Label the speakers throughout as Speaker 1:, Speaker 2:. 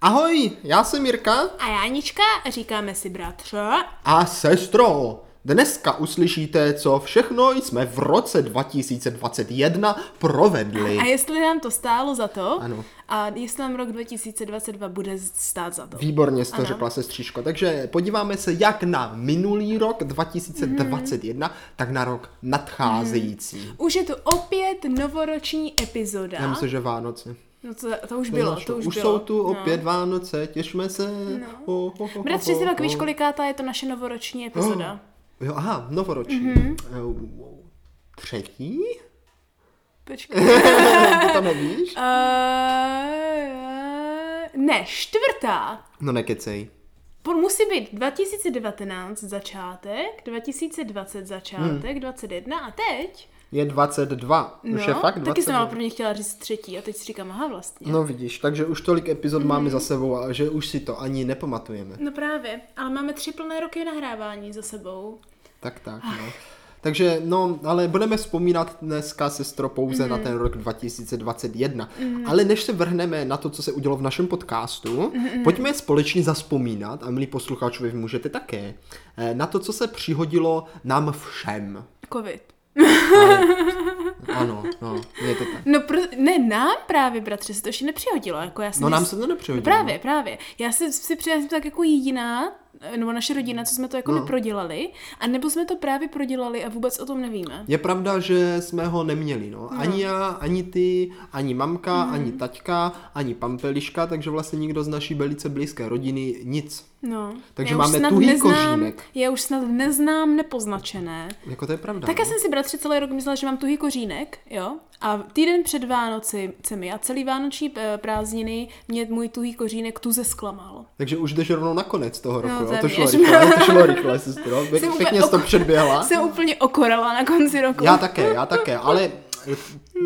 Speaker 1: Ahoj, já jsem Jirka
Speaker 2: A Jánička, říkáme si bratře.
Speaker 1: a sestro. Dneska uslyšíte, co všechno jsme v roce 2021 provedli.
Speaker 2: A jestli nám to stálo za to,
Speaker 1: Ano.
Speaker 2: a jestli nám rok 2022 bude stát za to.
Speaker 1: Výborně jste
Speaker 2: Ano.
Speaker 1: řekla, sestřičko. Takže podíváme se jak na minulý rok 2021,
Speaker 2: Mhm.
Speaker 1: tak na rok nadcházející.
Speaker 2: Už je tu opět novoroční epizoda.
Speaker 1: Já myslím, že Vánoce.
Speaker 2: No to, to už bylo, to už,
Speaker 1: už
Speaker 2: bylo.
Speaker 1: jsou tu
Speaker 2: no.
Speaker 1: opět Vánoce, těšme se. No. Ho, ho, ho,
Speaker 2: Bratři,
Speaker 1: ho,
Speaker 2: si pak
Speaker 1: ho.
Speaker 2: víš, kolikátá je to naše novoroční epizoda?
Speaker 1: Jo, aha, novoroční.
Speaker 2: Mhm.
Speaker 1: Mm-hmm. Třetí?
Speaker 2: Počkej.
Speaker 1: Ty to nevíš?
Speaker 2: Eh, ne, čtvrtá.
Speaker 1: No nekecej.
Speaker 2: Po- Musí být 2019 začátek, 2020 začátek,
Speaker 1: Hmm.
Speaker 2: 21 a teď
Speaker 1: Je 22.
Speaker 2: No,
Speaker 1: už je fakt 22.
Speaker 2: taky jsem ale prvně chtěla říct třetí a teď si říkám, aha vlastně. No.
Speaker 1: No vidíš, takže už tolik epizod máme
Speaker 2: Hmm.
Speaker 1: za sebou a že už si to ani nepamatujeme.
Speaker 2: no právě, ale máme tři plné roky nahrávání za sebou.
Speaker 1: Tak, tak, no. Takže, no, ale budeme vzpomínat dneska, sestro, pouze
Speaker 2: Hmm.
Speaker 1: na ten rok 2021. Ale než se vrhneme na to, co se udělo v našem podcastu,
Speaker 2: Hmm,
Speaker 1: pojďme společně zaspomínat, a milí posluchači, vy můžete také, eh, na to, co se přihodilo nám všem.
Speaker 2: Covid.
Speaker 1: Ano, no, je to tak.
Speaker 2: No pro, ne, nám právě, bratře, se to ještě nepřihodilo. Jako já jsem
Speaker 1: No nám se to nepřihodilo.
Speaker 2: Právě, právě. Já si, si přijela jsem tak jako jediná, eh, nebo naše rodina, co jsme to jako
Speaker 1: No.
Speaker 2: no. neprodělali, a nebo jsme to právě prodělali a vůbec o tom nevíme.
Speaker 1: Je pravda, že jsme ho neměli, no. Ani já, ani ty, ani mamka,
Speaker 2: Mhm.
Speaker 1: ani taťka, ani pampeliška, takže vlastně nikdo z naší velice blízké rodiny nic.
Speaker 2: No.
Speaker 1: Takže
Speaker 2: já už
Speaker 1: máme
Speaker 2: snad
Speaker 1: tuhý
Speaker 2: neznám,
Speaker 1: kořínek.
Speaker 2: Já už snad neznám nepoznačené.
Speaker 1: Jako to je pravda.
Speaker 2: Tak já
Speaker 1: no.
Speaker 2: jsem si bratře celý rok myslela, že mám tuhý kořínek, jo. A týden před Vánocemi a celý vánoční eh, prázdniny mě můj tuhý kořínek tu zesklamal.
Speaker 1: Takže už jdeš rovnou na konec
Speaker 2: No,
Speaker 1: toho roku, jo. to šlo
Speaker 2: téměř.
Speaker 1: rychle, to šlo rychle, sestro. Pě-
Speaker 2: Jsem
Speaker 1: Pěkně
Speaker 2: úplně
Speaker 1: jsi to
Speaker 2: ok-
Speaker 1: předběhla.
Speaker 2: Jsem úplně okorala na konci roku.
Speaker 1: Já také, já také, ale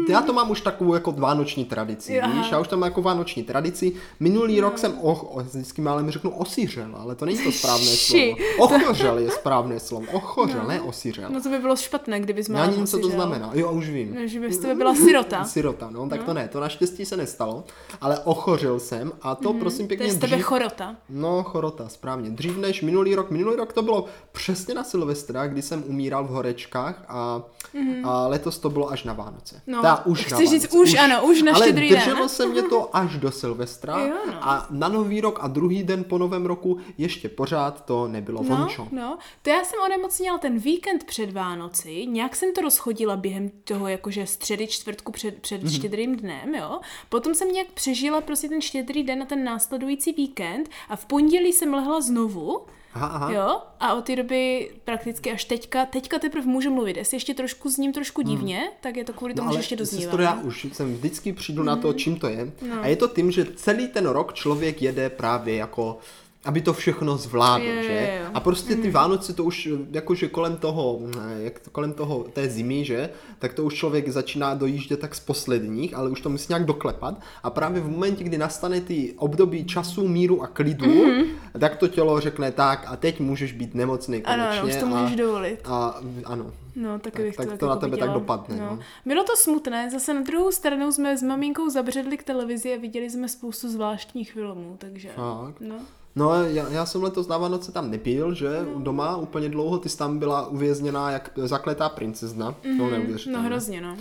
Speaker 1: já to mám už takovou jako vánoční tradici,
Speaker 2: Hmm. Aha. No.
Speaker 1: víš, já už tam mám jako vánoční tradici. Minulý rok jsem, och, och, vždycky málem řeknu osiřel, ale to není to správné slovo.
Speaker 2: Ši.
Speaker 1: Ochořel je správné slovo, ochořel, ne osiřel.
Speaker 2: No to by bylo špatné, kdyby jsme
Speaker 1: Já ani nevím, co to znamená. Jo, už vím.
Speaker 2: Že by z tebe byla No, sirota.
Speaker 1: Sirota, no, tak to ne, to naštěstí se nestalo, ale ochořil jsem a to prosím
Speaker 2: Mhm, To
Speaker 1: pěkně
Speaker 2: je z tebe chorota.
Speaker 1: No, chorota, správně. Dřív než minulý rok. Minulý rok to bylo přesně na Silvestra, kdy jsem umíral v horečkách a, mm. a letos to bylo až na Vánoce.
Speaker 2: Mhm. No,
Speaker 1: Teda už na
Speaker 2: chci říct
Speaker 1: Vánoce,
Speaker 2: už, ano, už na
Speaker 1: Ale
Speaker 2: Štědrý den.
Speaker 1: drželo se mě to až do Silvestra
Speaker 2: Jo, no.
Speaker 1: a na Nový rok a druhý den po Novém roku ještě pořád to nebylo
Speaker 2: No,
Speaker 1: vončo.
Speaker 2: no, to já jsem onemocněla ten víkend před Vánoci, nějak jsem to rozchodila během toho jakože středy, čtvrtku před, před
Speaker 1: Mhm.
Speaker 2: mm štědrým dnem, jo. Potom jsem nějak přežila prostě ten štědrý den a ten následující víkend a v pondělí jsem lehla znovu,
Speaker 1: Aha, aha.
Speaker 2: jo, a od té doby prakticky až teďka, teďka teprve můžu mluvit, jestli ještě trošku s ním trošku divně, tak je to kvůli
Speaker 1: Hmm.
Speaker 2: tomu,
Speaker 1: No,
Speaker 2: že
Speaker 1: ale
Speaker 2: ještě Mhm. doznívá.
Speaker 1: sestro, já už jsem vždycky přijdu na to, čím to je.
Speaker 2: No.
Speaker 1: A je to tím, že celý ten rok člověk jede právě jako aby to všechno zvládl,
Speaker 2: Jo, jo,
Speaker 1: že?
Speaker 2: jo. Mhm.
Speaker 1: A prostě ty Vánoce to už jakože kolem toho, eh, jak to, kolem toho té zimy, že? Tak to už člověk začíná dojíždět tak z posledních, ale už to musí nějak doklepat. A právě v momentě, kdy nastane ty období času, míru a klidu,
Speaker 2: Mhm.
Speaker 1: tak to tělo řekne tak a teď můžeš být nemocný konečně.
Speaker 2: Ano, ano, už to
Speaker 1: a,
Speaker 2: můžeš dovolit.
Speaker 1: a ano.
Speaker 2: No, tak,
Speaker 1: Tak-
Speaker 2: bych
Speaker 1: tak
Speaker 2: to,
Speaker 1: to
Speaker 2: taky
Speaker 1: na tebe tak
Speaker 2: poviděla.
Speaker 1: dopadne, no.
Speaker 2: Bylo to smutné, zase na druhou stranu jsme s maminkou zabředli k televizi a viděli jsme spoustu zvláštních filmů, takže...
Speaker 1: Fakt?
Speaker 2: No.
Speaker 1: No, já, já jsem letos na Vánoce tam nepil, že? Doma úplně dlouho, ty jsi tam byla uvězněná jak zakletá princezna. Mm-hmm. To
Speaker 2: No
Speaker 1: neuvěřitelné.
Speaker 2: hrozně, no.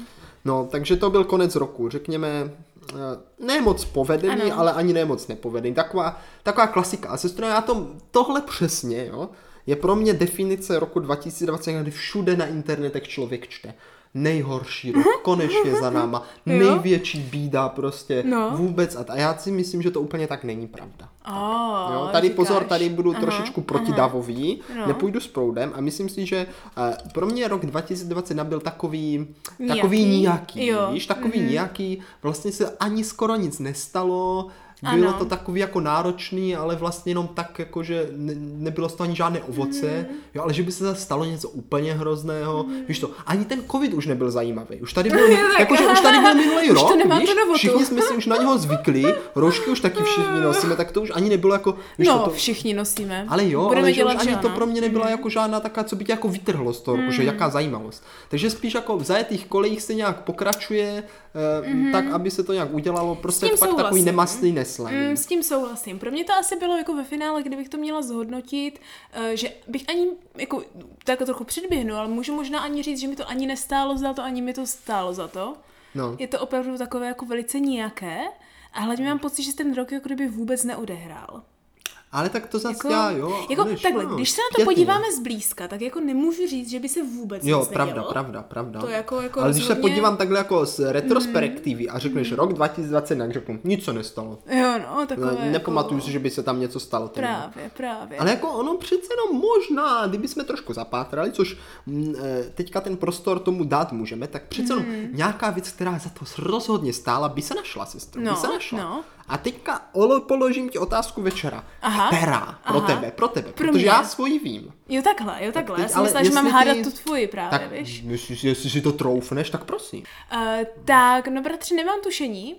Speaker 1: no, takže to byl konec roku, řekněme, eh, ne moc povedený, ano.
Speaker 2: Ano.
Speaker 1: ale ani ne moc nepovedený. Taková, taková klasika. A sestro, já tom, tohle přesně, jo, je pro mě definice roku 2020, kdy všude na internetech člověk čte. Nejhorší rok, konečně za náma,
Speaker 2: Mhm. Jo.
Speaker 1: největší bída prostě
Speaker 2: No.
Speaker 1: vůbec. A, a já si myslím, že to úplně tak není pravda.
Speaker 2: Oh,
Speaker 1: Jo, tady
Speaker 2: říkáš.
Speaker 1: pozor, tady budu aha, trošičku protidavový,
Speaker 2: No.
Speaker 1: nepůjdu s proudem a myslím si, že eh, pro mě rok 2021 byl takový,
Speaker 2: Nijaký.
Speaker 1: takový nějaký,
Speaker 2: Jo. Mhm.
Speaker 1: víš, takový mm nějaký, vlastně se ani skoro nic nestalo, bylo
Speaker 2: Ano.
Speaker 1: to takový jako náročný, ale vlastně jenom tak jako, že ne, nebylo z toho ani žádné
Speaker 2: Mhm.
Speaker 1: ovoce, jo, ale že by se zase stalo něco úplně hrozného, víš to, ani ten covid už nebyl zajímavý, už tady byl,
Speaker 2: tak.
Speaker 1: jakože už tady byl minulý
Speaker 2: Už
Speaker 1: rok,
Speaker 2: to nemá
Speaker 1: víš,
Speaker 2: tu novotu.
Speaker 1: všichni jsme si už na něho zvykli, roušky už taky všichni nosíme, tak to už ani nebylo jako, víš
Speaker 2: No,
Speaker 1: to, to
Speaker 2: všichni nosíme.
Speaker 1: ale jo,
Speaker 2: Budeme
Speaker 1: ale že už
Speaker 2: dělat, Mhm.
Speaker 1: ani
Speaker 2: že
Speaker 1: to
Speaker 2: ano.
Speaker 1: pro mě nebyla jako žádná taká, co by tě jako vytrhlo z toho, mm.
Speaker 2: Mhm.
Speaker 1: že jaká zajímavost. Takže spíš jako v zajetých kolejích se nějak pokračuje, eh, tak aby se to nějak udělalo, prostě
Speaker 2: Mhm. tím
Speaker 1: fakt takový
Speaker 2: souhlasím.
Speaker 1: nemastný kreslení.
Speaker 2: Mm, s tím souhlasím. Pro mě to asi bylo jako ve finále, kdybych to měla zhodnotit, eh, že bych ani, jako tak trochu předběhnu, ale můžu možná ani říct, že mi to ani nestálo za to, ani mi to stálo za to.
Speaker 1: No.
Speaker 2: Je to opravdu takové jako velice nijaké a hlavně mám pocit, že se ten rok jako kdyby vůbec neodehrál.
Speaker 1: Ale tak to zase
Speaker 2: Jako,
Speaker 1: já, jo.
Speaker 2: jako
Speaker 1: Aleš,
Speaker 2: takhle,
Speaker 1: no,
Speaker 2: když se na to
Speaker 1: pěkně.
Speaker 2: podíváme zblízka, tak jako nemůžu říct, že by se vůbec
Speaker 1: Jo,
Speaker 2: nic
Speaker 1: pravda,
Speaker 2: nedělo.
Speaker 1: pravda, pravda.
Speaker 2: To jako- jako
Speaker 1: Ale když se
Speaker 2: rozhodně- Mhm.
Speaker 1: podívám takhle jako z retrospektivy a řekneš rok 2020, tak řeknu, nic se nestalo.
Speaker 2: Jo, no, takové
Speaker 1: Ne- Nepamatuju
Speaker 2: jako...
Speaker 1: si, že by se tam něco stalo. ten rok.
Speaker 2: Právě, právě.
Speaker 1: Ale jako ono přece jenom možná, kdybychom trošku zapátrali, což mm, eh, teďka ten prostor tomu dát můžeme, tak přece jenom
Speaker 2: Hmm.
Speaker 1: nějaká věc, která za to rozhodně stála, by se našla, sestro,
Speaker 2: No,
Speaker 1: by se našla.
Speaker 2: no.
Speaker 1: A teďka olo, položím ti otázku večera.
Speaker 2: Aha,
Speaker 1: Pera, pro
Speaker 2: aha.
Speaker 1: tebe, pro tebe,
Speaker 2: Pro
Speaker 1: protože
Speaker 2: mě.
Speaker 1: já svoji vím.
Speaker 2: Jo, takhle, jo, takhle.
Speaker 1: teď-
Speaker 2: Já jsem
Speaker 1: ale
Speaker 2: myslela, že mám
Speaker 1: jestli
Speaker 2: hádat
Speaker 1: ty-
Speaker 2: tu tvoji právě,
Speaker 1: tak
Speaker 2: víš?
Speaker 1: jestli, jestli si to troufneš, tak prosím.
Speaker 2: Uh, tak, no bratře, nemám tušení,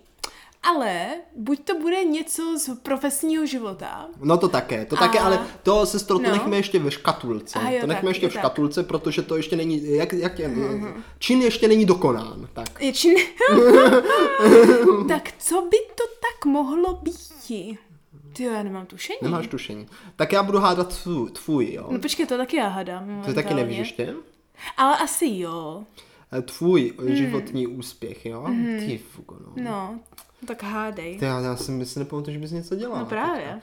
Speaker 2: ale buď to bude něco z profesního života.
Speaker 1: No to také, to také,
Speaker 2: A-
Speaker 1: ale to sestro, to
Speaker 2: no.
Speaker 1: nechme ještě ve škatulce.
Speaker 2: A jo,
Speaker 1: to nechme
Speaker 2: tak,
Speaker 1: ještě
Speaker 2: jo,
Speaker 1: v
Speaker 2: tak. Mhm,
Speaker 1: škatulce, protože to ještě není, jak, jak je, čin ještě není dokonán. Tak.
Speaker 2: Je či ne? tak co by to tak mohlo být? Ty já nemám tušení.
Speaker 1: Nemáš tušení. Tak já budu hádat tvůj, tvůj jo.
Speaker 2: Mhm. No počkej, to taky já hádám.
Speaker 1: To taky
Speaker 2: momentálně.
Speaker 1: nevíš ještě?
Speaker 2: Ale asi jo.
Speaker 1: E, Tvůj životní úspěch, jo? Ty fuko, no.
Speaker 2: Mhm. No, tak hádej.
Speaker 1: Ty, já, já si myslím, nepamatuju, že bys něco dělala.
Speaker 2: No právě.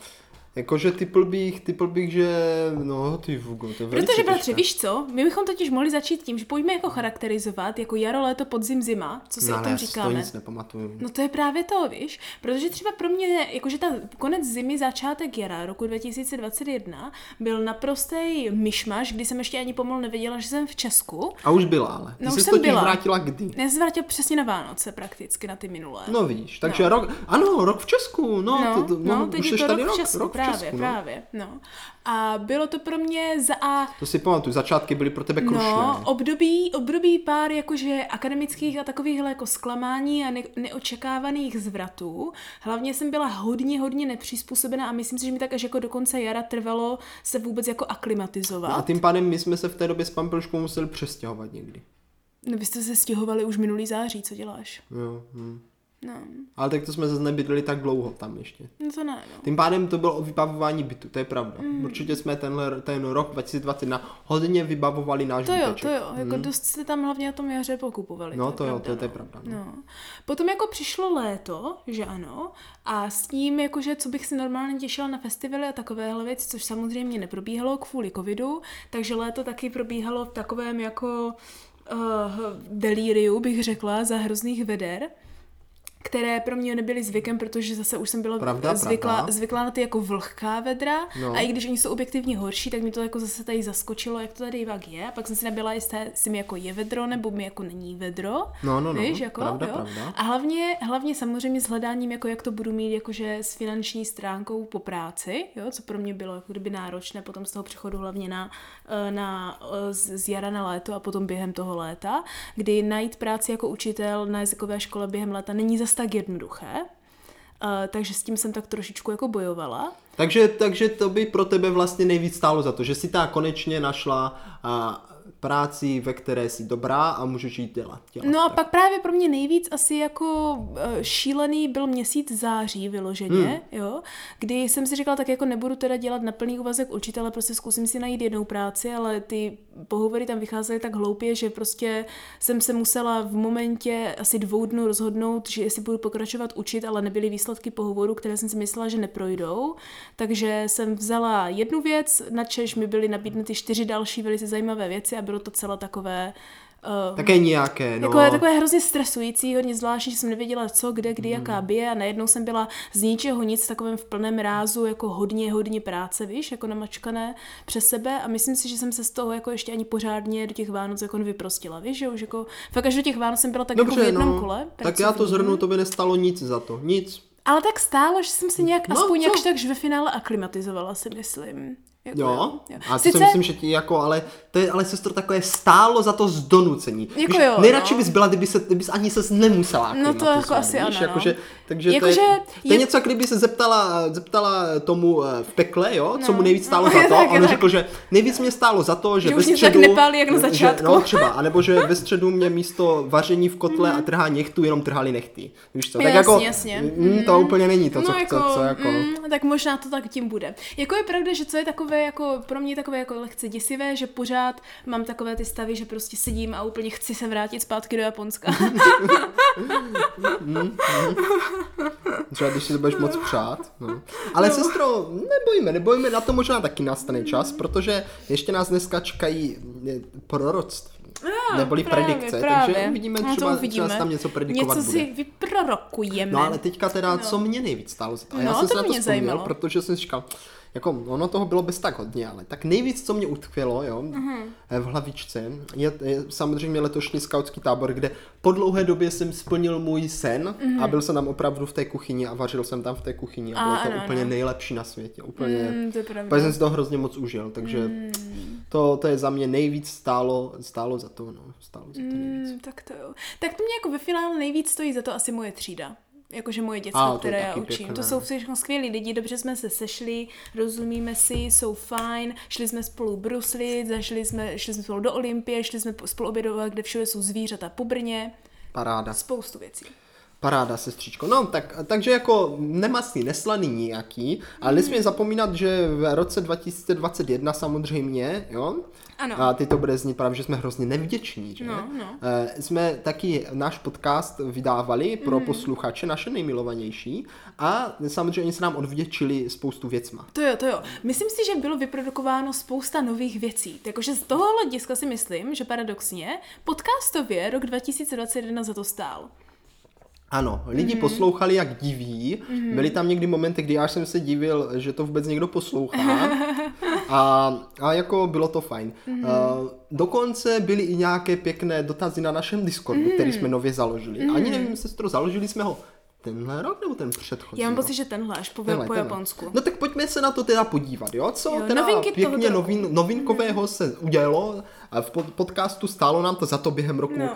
Speaker 1: Jakože typl bych, typl bych, že no ty fuko, to je velice
Speaker 2: Protože, bratře,
Speaker 1: těžké.
Speaker 2: víš co? My bychom totiž mohli začít tím, že pojďme jako charakterizovat jako jaro, léto, podzim, zima, co si
Speaker 1: no,
Speaker 2: o
Speaker 1: ale
Speaker 2: tom
Speaker 1: já si to
Speaker 2: říkáme.
Speaker 1: nic nepamatuju.
Speaker 2: No to je právě to, víš? Protože třeba pro mě, jakože ta konec zimy, začátek jara roku 2021 byl naprostý myšmaš, kdy jsem ještě ani pomalu nevěděla, že jsem v Česku.
Speaker 1: A už byla, ale. Ty
Speaker 2: No, už
Speaker 1: jsi
Speaker 2: jsem
Speaker 1: totiž
Speaker 2: byla. No.
Speaker 1: vrátila kdy?
Speaker 2: Já se vrátila přesně na Vánoce prakticky, na ty minulé.
Speaker 1: No víš, takže no. rok, ano, rok v Česku, no,
Speaker 2: No,
Speaker 1: to, to, no,
Speaker 2: no, teď
Speaker 1: už
Speaker 2: je
Speaker 1: jsi
Speaker 2: to
Speaker 1: tady
Speaker 2: rok v
Speaker 1: rok,
Speaker 2: Česku,
Speaker 1: rok v
Speaker 2: právě,
Speaker 1: Česku, no.
Speaker 2: právě, no. A bylo to pro mě za a
Speaker 1: To si pamatuju, začátky byly pro tebe krušné.
Speaker 2: No, období, období pár jakože akademických a takovýchhle jako zklamání a ne- neočekávaných zvratů. Hlavně jsem byla hodně, hodně nepřizpůsobená a myslím si, že mi tak až jako do konce jara trvalo se vůbec jako
Speaker 1: A
Speaker 2: aklimatizovat.
Speaker 1: tím pádem my jsme se v té době s Pampelškou museli přestěhovat někdy.
Speaker 2: No, vy jste se stěhovali už minulý září, co děláš?
Speaker 1: Jo, hm.
Speaker 2: No,
Speaker 1: Ale tak to jsme zase nebydleli tak dlouho tam ještě.
Speaker 2: no to ne, no.
Speaker 1: Tím pádem to bylo o vybavování bytu, to je pravda.
Speaker 2: Hmm.
Speaker 1: Mm. Určitě jsme tenhle, ten rok 2021 hodně vybavovali náš
Speaker 2: To jo,
Speaker 1: byteček.
Speaker 2: to jo, jako dost jste tam hlavně na tom jaře pokupovali.
Speaker 1: Hmm. No
Speaker 2: je
Speaker 1: to jo, to,
Speaker 2: pravda,
Speaker 1: to je
Speaker 2: no.
Speaker 1: pravda. No.
Speaker 2: No. Potom jako přišlo léto, že ano, a s ním jakože, co bych si normálně těšila na festivaly a takovéhle věci, což samozřejmě neprobíhalo kvůli covidu, takže léto taky probíhalo v takovém jako uh, delíriu, bych řekla, za hrozných veder které pro mě nebyly zvykem, protože zase už jsem byla
Speaker 1: Pravda,
Speaker 2: zvyklá,
Speaker 1: pravda.
Speaker 2: zvyklá na ty jako vlhká vedra
Speaker 1: No.
Speaker 2: no. a i když oni jsou objektivně horší, tak mi to jako zase tady zaskočilo, jak to tady pak je. Pak jsem si nebyla jistá, jestli mi jako je vedro, nebo mi jako není vedro.
Speaker 1: No, no, no,
Speaker 2: Víš, jako,
Speaker 1: pravda,
Speaker 2: jo?
Speaker 1: pravda.
Speaker 2: A hlavně, hlavně samozřejmě s hledáním, jako jak to budu mít jakože s finanční stránkou po práci, jo? co pro mě bylo jako kdyby náročné potom z toho přechodu hlavně na, eh, na, eh, z z jara na léto a potom během toho léta, kdy najít práci jako učitel na jazykové škole během léta není zas tak jednoduché. Uh, takže s tím jsem tak trošičku jako bojovala.
Speaker 1: Takže, takže to by pro tebe vlastně nejvíc stálo za to, že si ta konečně našla a, práci, ve které jsi dobrá a můžeš jít dělat. dělat.
Speaker 2: No a pak právě pro mě nejvíc asi jako eh, šílený byl měsíc září vyloženě, hmm. jo, kdy jsem si říkala, tak jako nebudu teda dělat na plný úvazek učitele, prostě zkusím si najít jednou práci, ale ty pohovory tam vycházely tak hloupě, že prostě jsem se musela v momentě asi dvou dnů rozhodnout, že jestli budu pokračovat učit, ale nebyly výsledky pohovoru, které jsem si myslela, že neprojdou, takže jsem vzala jednu věc, načež mi byly nabídnuty čtyři další velice zajímavé věci a bylo to celé takové eh,
Speaker 1: Také nějaké, no.
Speaker 2: jako je takové hrozně stresující, hodně zvláštní, že jsem nevěděla co, kde, kdy,
Speaker 1: Mhm.
Speaker 2: jaká bije a najednou jsem byla z ničeho nic v takovém v plném rázu, jako hodně, hodně práce, víš, jako namačkané přes sebe a myslím si, že jsem se z toho jako ještě ani pořádně do těch Vánoc jako nevyprostila, víš, že už jako, fakt až do těch Vánoc jsem byla tak jako v jednom kole.
Speaker 1: no. tak já to
Speaker 2: pracovním.
Speaker 1: zhrnu, to by nestalo nic za to, nic.
Speaker 2: Ale tak stálo, že jsem se nějak,
Speaker 1: No,
Speaker 2: aspoň
Speaker 1: co?
Speaker 2: jakž tak, že ve finále aklimatizovala, si myslím. Jako,
Speaker 1: Jo, a to
Speaker 2: Sice,
Speaker 1: si myslím, že ti jako, ale to je, ale sestro, takové stálo za to zdonucení.
Speaker 2: Jako
Speaker 1: Víš,
Speaker 2: jo,
Speaker 1: nejradši
Speaker 2: no.
Speaker 1: bys byla, kdyby se, kdyby ani ses nemusela.
Speaker 2: No to jako
Speaker 1: zvednout,
Speaker 2: asi ano, no.
Speaker 1: Jakože, takže to,
Speaker 2: Jakože
Speaker 1: je, to je
Speaker 2: je-
Speaker 1: něco, jak kdyby se zeptala, zeptala tomu eh, v pekle, jo, co
Speaker 2: No.
Speaker 1: mu nejvíc stálo
Speaker 2: No,
Speaker 1: za
Speaker 2: je
Speaker 1: to.
Speaker 2: tak,
Speaker 1: A on
Speaker 2: je tak.
Speaker 1: řekl, že nejvíc mě stálo za to, že,
Speaker 2: Že
Speaker 1: ve
Speaker 2: už mě
Speaker 1: středu...
Speaker 2: zaklepali jak na
Speaker 1: že-
Speaker 2: začátku.
Speaker 1: no třeba, anebo že ve středu mě místo vaření v kotle a trhání nechtu jenom trhali nechty. Víš co, tak
Speaker 2: Mhm. Jasně,
Speaker 1: jako,
Speaker 2: jasně.
Speaker 1: Mm, to úplně není to, co,
Speaker 2: no,
Speaker 1: co, co jako...
Speaker 2: Mm, tak možná to tak tím bude. Jako je pravda, že co je takové jako pro mě takové jako lehce děsivé, že pořád mám takové ty stavy, že prostě sedím a úplně chci se vrátit zpátky do Japonska.
Speaker 1: Třeba když si to budeš moc přát. No. Ale no. sestro, nebojme, nebojme, na to možná taky nastane čas, protože ještě nás dneska čekají eh, proroctví. neboli
Speaker 2: Právě,
Speaker 1: predikce,
Speaker 2: právě.
Speaker 1: takže uvidíme,
Speaker 2: No, to
Speaker 1: třeba, třeba tam něco predikovat
Speaker 2: Něco
Speaker 1: bude.
Speaker 2: si vyprorokujeme.
Speaker 1: No ale teďka teda, co mě nejvíc stálo za to? A já
Speaker 2: No,
Speaker 1: jsem
Speaker 2: to
Speaker 1: se na to
Speaker 2: mě
Speaker 1: vzpomněl,
Speaker 2: zajímalo.
Speaker 1: protože jsem si říkal, jako ono toho bylo bez tak hodně, ale tak nejvíc, co mě utkvělo, jo,
Speaker 2: Mhm.
Speaker 1: eh, v hlavičce, je, je samozřejmě letošní skautský tábor, kde po dlouhé době jsem splnil můj sen a byl jsem tam opravdu v té kuchyni a vařil jsem tam v té kuchyni a,
Speaker 2: Mhm. A,
Speaker 1: bylo to
Speaker 2: ano,
Speaker 1: úplně
Speaker 2: ano.
Speaker 1: nejlepší na světě, úplně...
Speaker 2: Mm, to je pravda.
Speaker 1: Pak jsem si to hrozně moc užil, takže to, to je za mě nejvíc stálo, stálo za to, no, stálo za to nejvíc.
Speaker 2: Mm, tak to jo. Tak to mě jako ve finále nejvíc stojí za to asi moje třída. Jakože moje
Speaker 1: A,
Speaker 2: děcka,
Speaker 1: to je
Speaker 2: které já
Speaker 1: taky
Speaker 2: učím.
Speaker 1: pěkné.
Speaker 2: To jsou všechno skvělí lidi, dobře jsme se sešli, rozumíme si, jsou fajn, šli jsme spolu bruslit, zašli jsme, šli jsme spolu do Olympie, šli jsme po- spolu obědovat, kde všude jsou zvířata po Brně,
Speaker 1: Paráda.
Speaker 2: spoustu věcí.
Speaker 1: Paráda, sestřičko. No, tak, takže jako nemastný, neslaný nějaký, ale
Speaker 2: Hmm.
Speaker 1: nesmí zapomínat, že v roce 2021 samozřejmě, jo,
Speaker 2: Ano.
Speaker 1: a teď to bude znít právě, že jsme hrozně nevděční, že?
Speaker 2: No, no.
Speaker 1: Eh, Jsme taky náš podcast vydávali pro
Speaker 2: Hmm.
Speaker 1: posluchače, naše nejmilovanější, a samozřejmě se nám odvděčili spoustu věcma.
Speaker 2: To jo, to jo. Myslím si, že bylo vyprodukováno spousta nových věcí. Takže z tohohle hlediska si myslím, že paradoxně podcastově rok 2021 za to stál.
Speaker 1: Ano,
Speaker 2: Mhm.
Speaker 1: lidi mm-hmm. poslouchali jak diví, mm-hmm. byly tam někdy momenty, kdy já jsem se divil, že to vůbec někdo poslouchá a, a jako bylo to fajn.
Speaker 2: Mhm.
Speaker 1: Mm-hmm. Uh, dokonce byly i nějaké pěkné dotazy na našem Discordu,
Speaker 2: Mhm.
Speaker 1: mm-hmm. který jsme nově založili. Mm-hmm. Ani nevím, sestro, založili jsme ho tenhle rok nebo ten předchozí?
Speaker 2: Já mám
Speaker 1: rok?
Speaker 2: pocit, že tenhle až po,
Speaker 1: Tenhle,
Speaker 2: po
Speaker 1: tenhle.
Speaker 2: Japonsku.
Speaker 1: No tak pojďme se na to teda podívat, jo? Co jo,
Speaker 2: Jo,
Speaker 1: teda
Speaker 2: novinky
Speaker 1: pěkně
Speaker 2: tohoto roku.
Speaker 1: novin, novinkového se udělalo a v pod- podcastu stálo nám to za to během roku
Speaker 2: No.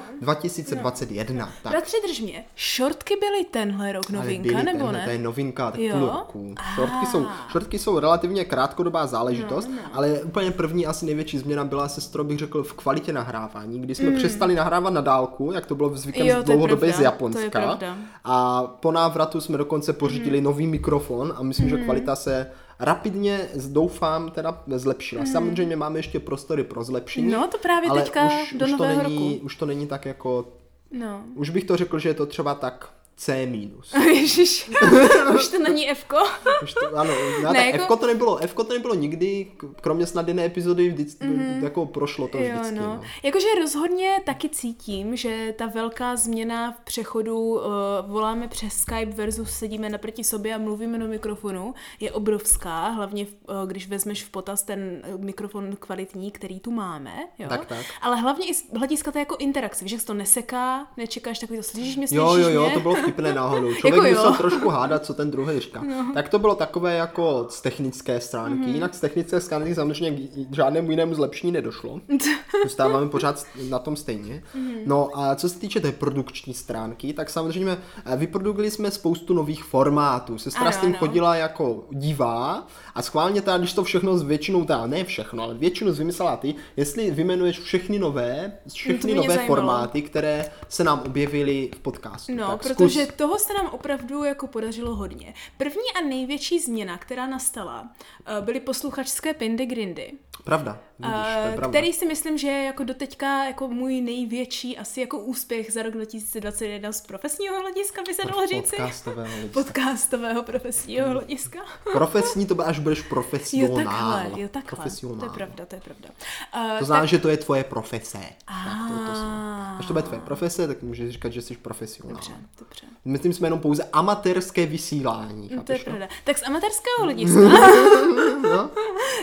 Speaker 1: 2021. Tak.
Speaker 2: Bratře, drž mě. Šortky byly tenhle rok
Speaker 1: Ale
Speaker 2: novinka,
Speaker 1: byly,
Speaker 2: nebo
Speaker 1: tenhle,
Speaker 2: ne?
Speaker 1: To je novinka, tak
Speaker 2: Jo?
Speaker 1: půl roku.
Speaker 2: Ah.
Speaker 1: Šortky jsou, šortky jsou relativně krátkodobá záležitost, no, no. ale úplně první asi největší změna byla, sestro, bych řekl, v kvalitě nahrávání, kdy jsme mm. přestali nahrávat na dálku, jak to bylo zvykem
Speaker 2: Hmm. Jo, to
Speaker 1: jo,
Speaker 2: je
Speaker 1: dlouhodobě
Speaker 2: pravda,
Speaker 1: z
Speaker 2: to je
Speaker 1: Japonska.
Speaker 2: pravda. Hmm.
Speaker 1: A po návratu jsme dokonce pořídili mm. nový mikrofon a myslím, mm. že kvalita se rapidně, doufám, teda zlepšila. Mm. Samozřejmě máme ještě prostory pro zlepšení.
Speaker 2: Hmm. No, to právě
Speaker 1: ale
Speaker 2: teďka
Speaker 1: už,
Speaker 2: do
Speaker 1: už to
Speaker 2: nového
Speaker 1: není,
Speaker 2: roku.
Speaker 1: Už to není tak jako,
Speaker 2: No.
Speaker 1: už bych to řekl, že je to třeba tak C minus.
Speaker 2: Ježiš, už to není Fko.
Speaker 1: Už to, ano, ne,
Speaker 2: Ne,
Speaker 1: tak
Speaker 2: jako-
Speaker 1: Fko to nebylo, Fko to nebylo nikdy, k- kromě snad jedné epizody, vždy, mm-hmm. jako prošlo to
Speaker 2: Mhm. Jo,
Speaker 1: vždycky.
Speaker 2: no.
Speaker 1: No.
Speaker 2: Jakože rozhodně taky cítím, že ta velká změna v přechodu uh, voláme přes Skype versus sedíme naproti sobě a mluvíme do mikrofonu je obrovská, hlavně v, uh, když vezmeš v potaz ten eh, mikrofon kvalitní, který tu máme. Jo?
Speaker 1: Tak, tak.
Speaker 2: Ale hlavně i z hlediska té jako interakce, víš, jak se to neseká, nečekáš takový to, slyšíš mě, slyšíš
Speaker 1: Jo, jo, jo,
Speaker 2: mě?
Speaker 1: to bylo vtipné náhodou. Člověk
Speaker 2: Jako jo.
Speaker 1: musel trošku hádat, co ten druhý říká. No. Tak to bylo takové jako z technické stránky.
Speaker 2: Mhm.
Speaker 1: Mm-hmm. Jinak z technické stránky samozřejmě k k žádnému jinému zlepšení nedošlo. Zůstáváme pořád na tom stejně.
Speaker 2: Mhm.
Speaker 1: No a co se týče té produkční stránky, tak samozřejmě eh, vyprodukovali jsme spoustu nových formátů. Sestra
Speaker 2: Ano,
Speaker 1: s tím
Speaker 2: ano.
Speaker 1: chodila jako divá a schválně teda, když to všechno s většinou, teda ne všechno, ale většinu vymyslela ty, jestli vymenuješ všechny nové, všechny
Speaker 2: mě
Speaker 1: nové
Speaker 2: zajímalo.
Speaker 1: formáty, které se nám objevily v podcastu.
Speaker 2: No,
Speaker 1: tak zkus.
Speaker 2: protože toho se nám opravdu jako podařilo hodně. První a největší změna, která nastala, eh, byly posluchačské Pindy Grindy,
Speaker 1: Pravda, vidíš, to je
Speaker 2: eh,
Speaker 1: pravda.
Speaker 2: který si myslím, že je jako doteďka jako můj největší asi jako úspěch za rok 2021 z profesního hlediska, by se dalo říci.
Speaker 1: Podcastového lidstva.
Speaker 2: Podcastového profesního hlediska.
Speaker 1: Profesní, to bude, až budeš profesionál.
Speaker 2: Jo, takhle, jo, takhle.
Speaker 1: Profesionál.
Speaker 2: To je pravda, to je pravda. Uh,
Speaker 1: To znamená, že to je tvoje profese.
Speaker 2: a...
Speaker 1: Až to bude tvoje profese, tak můžeš říkat, že jsi profesionál.
Speaker 2: Ah, Dobře, dobře.
Speaker 1: My tím jsme jenom pouze amatérské vysílání.
Speaker 2: Mm, To je
Speaker 1: chápeš, no?
Speaker 2: pravda. Tak z amatérského hlediska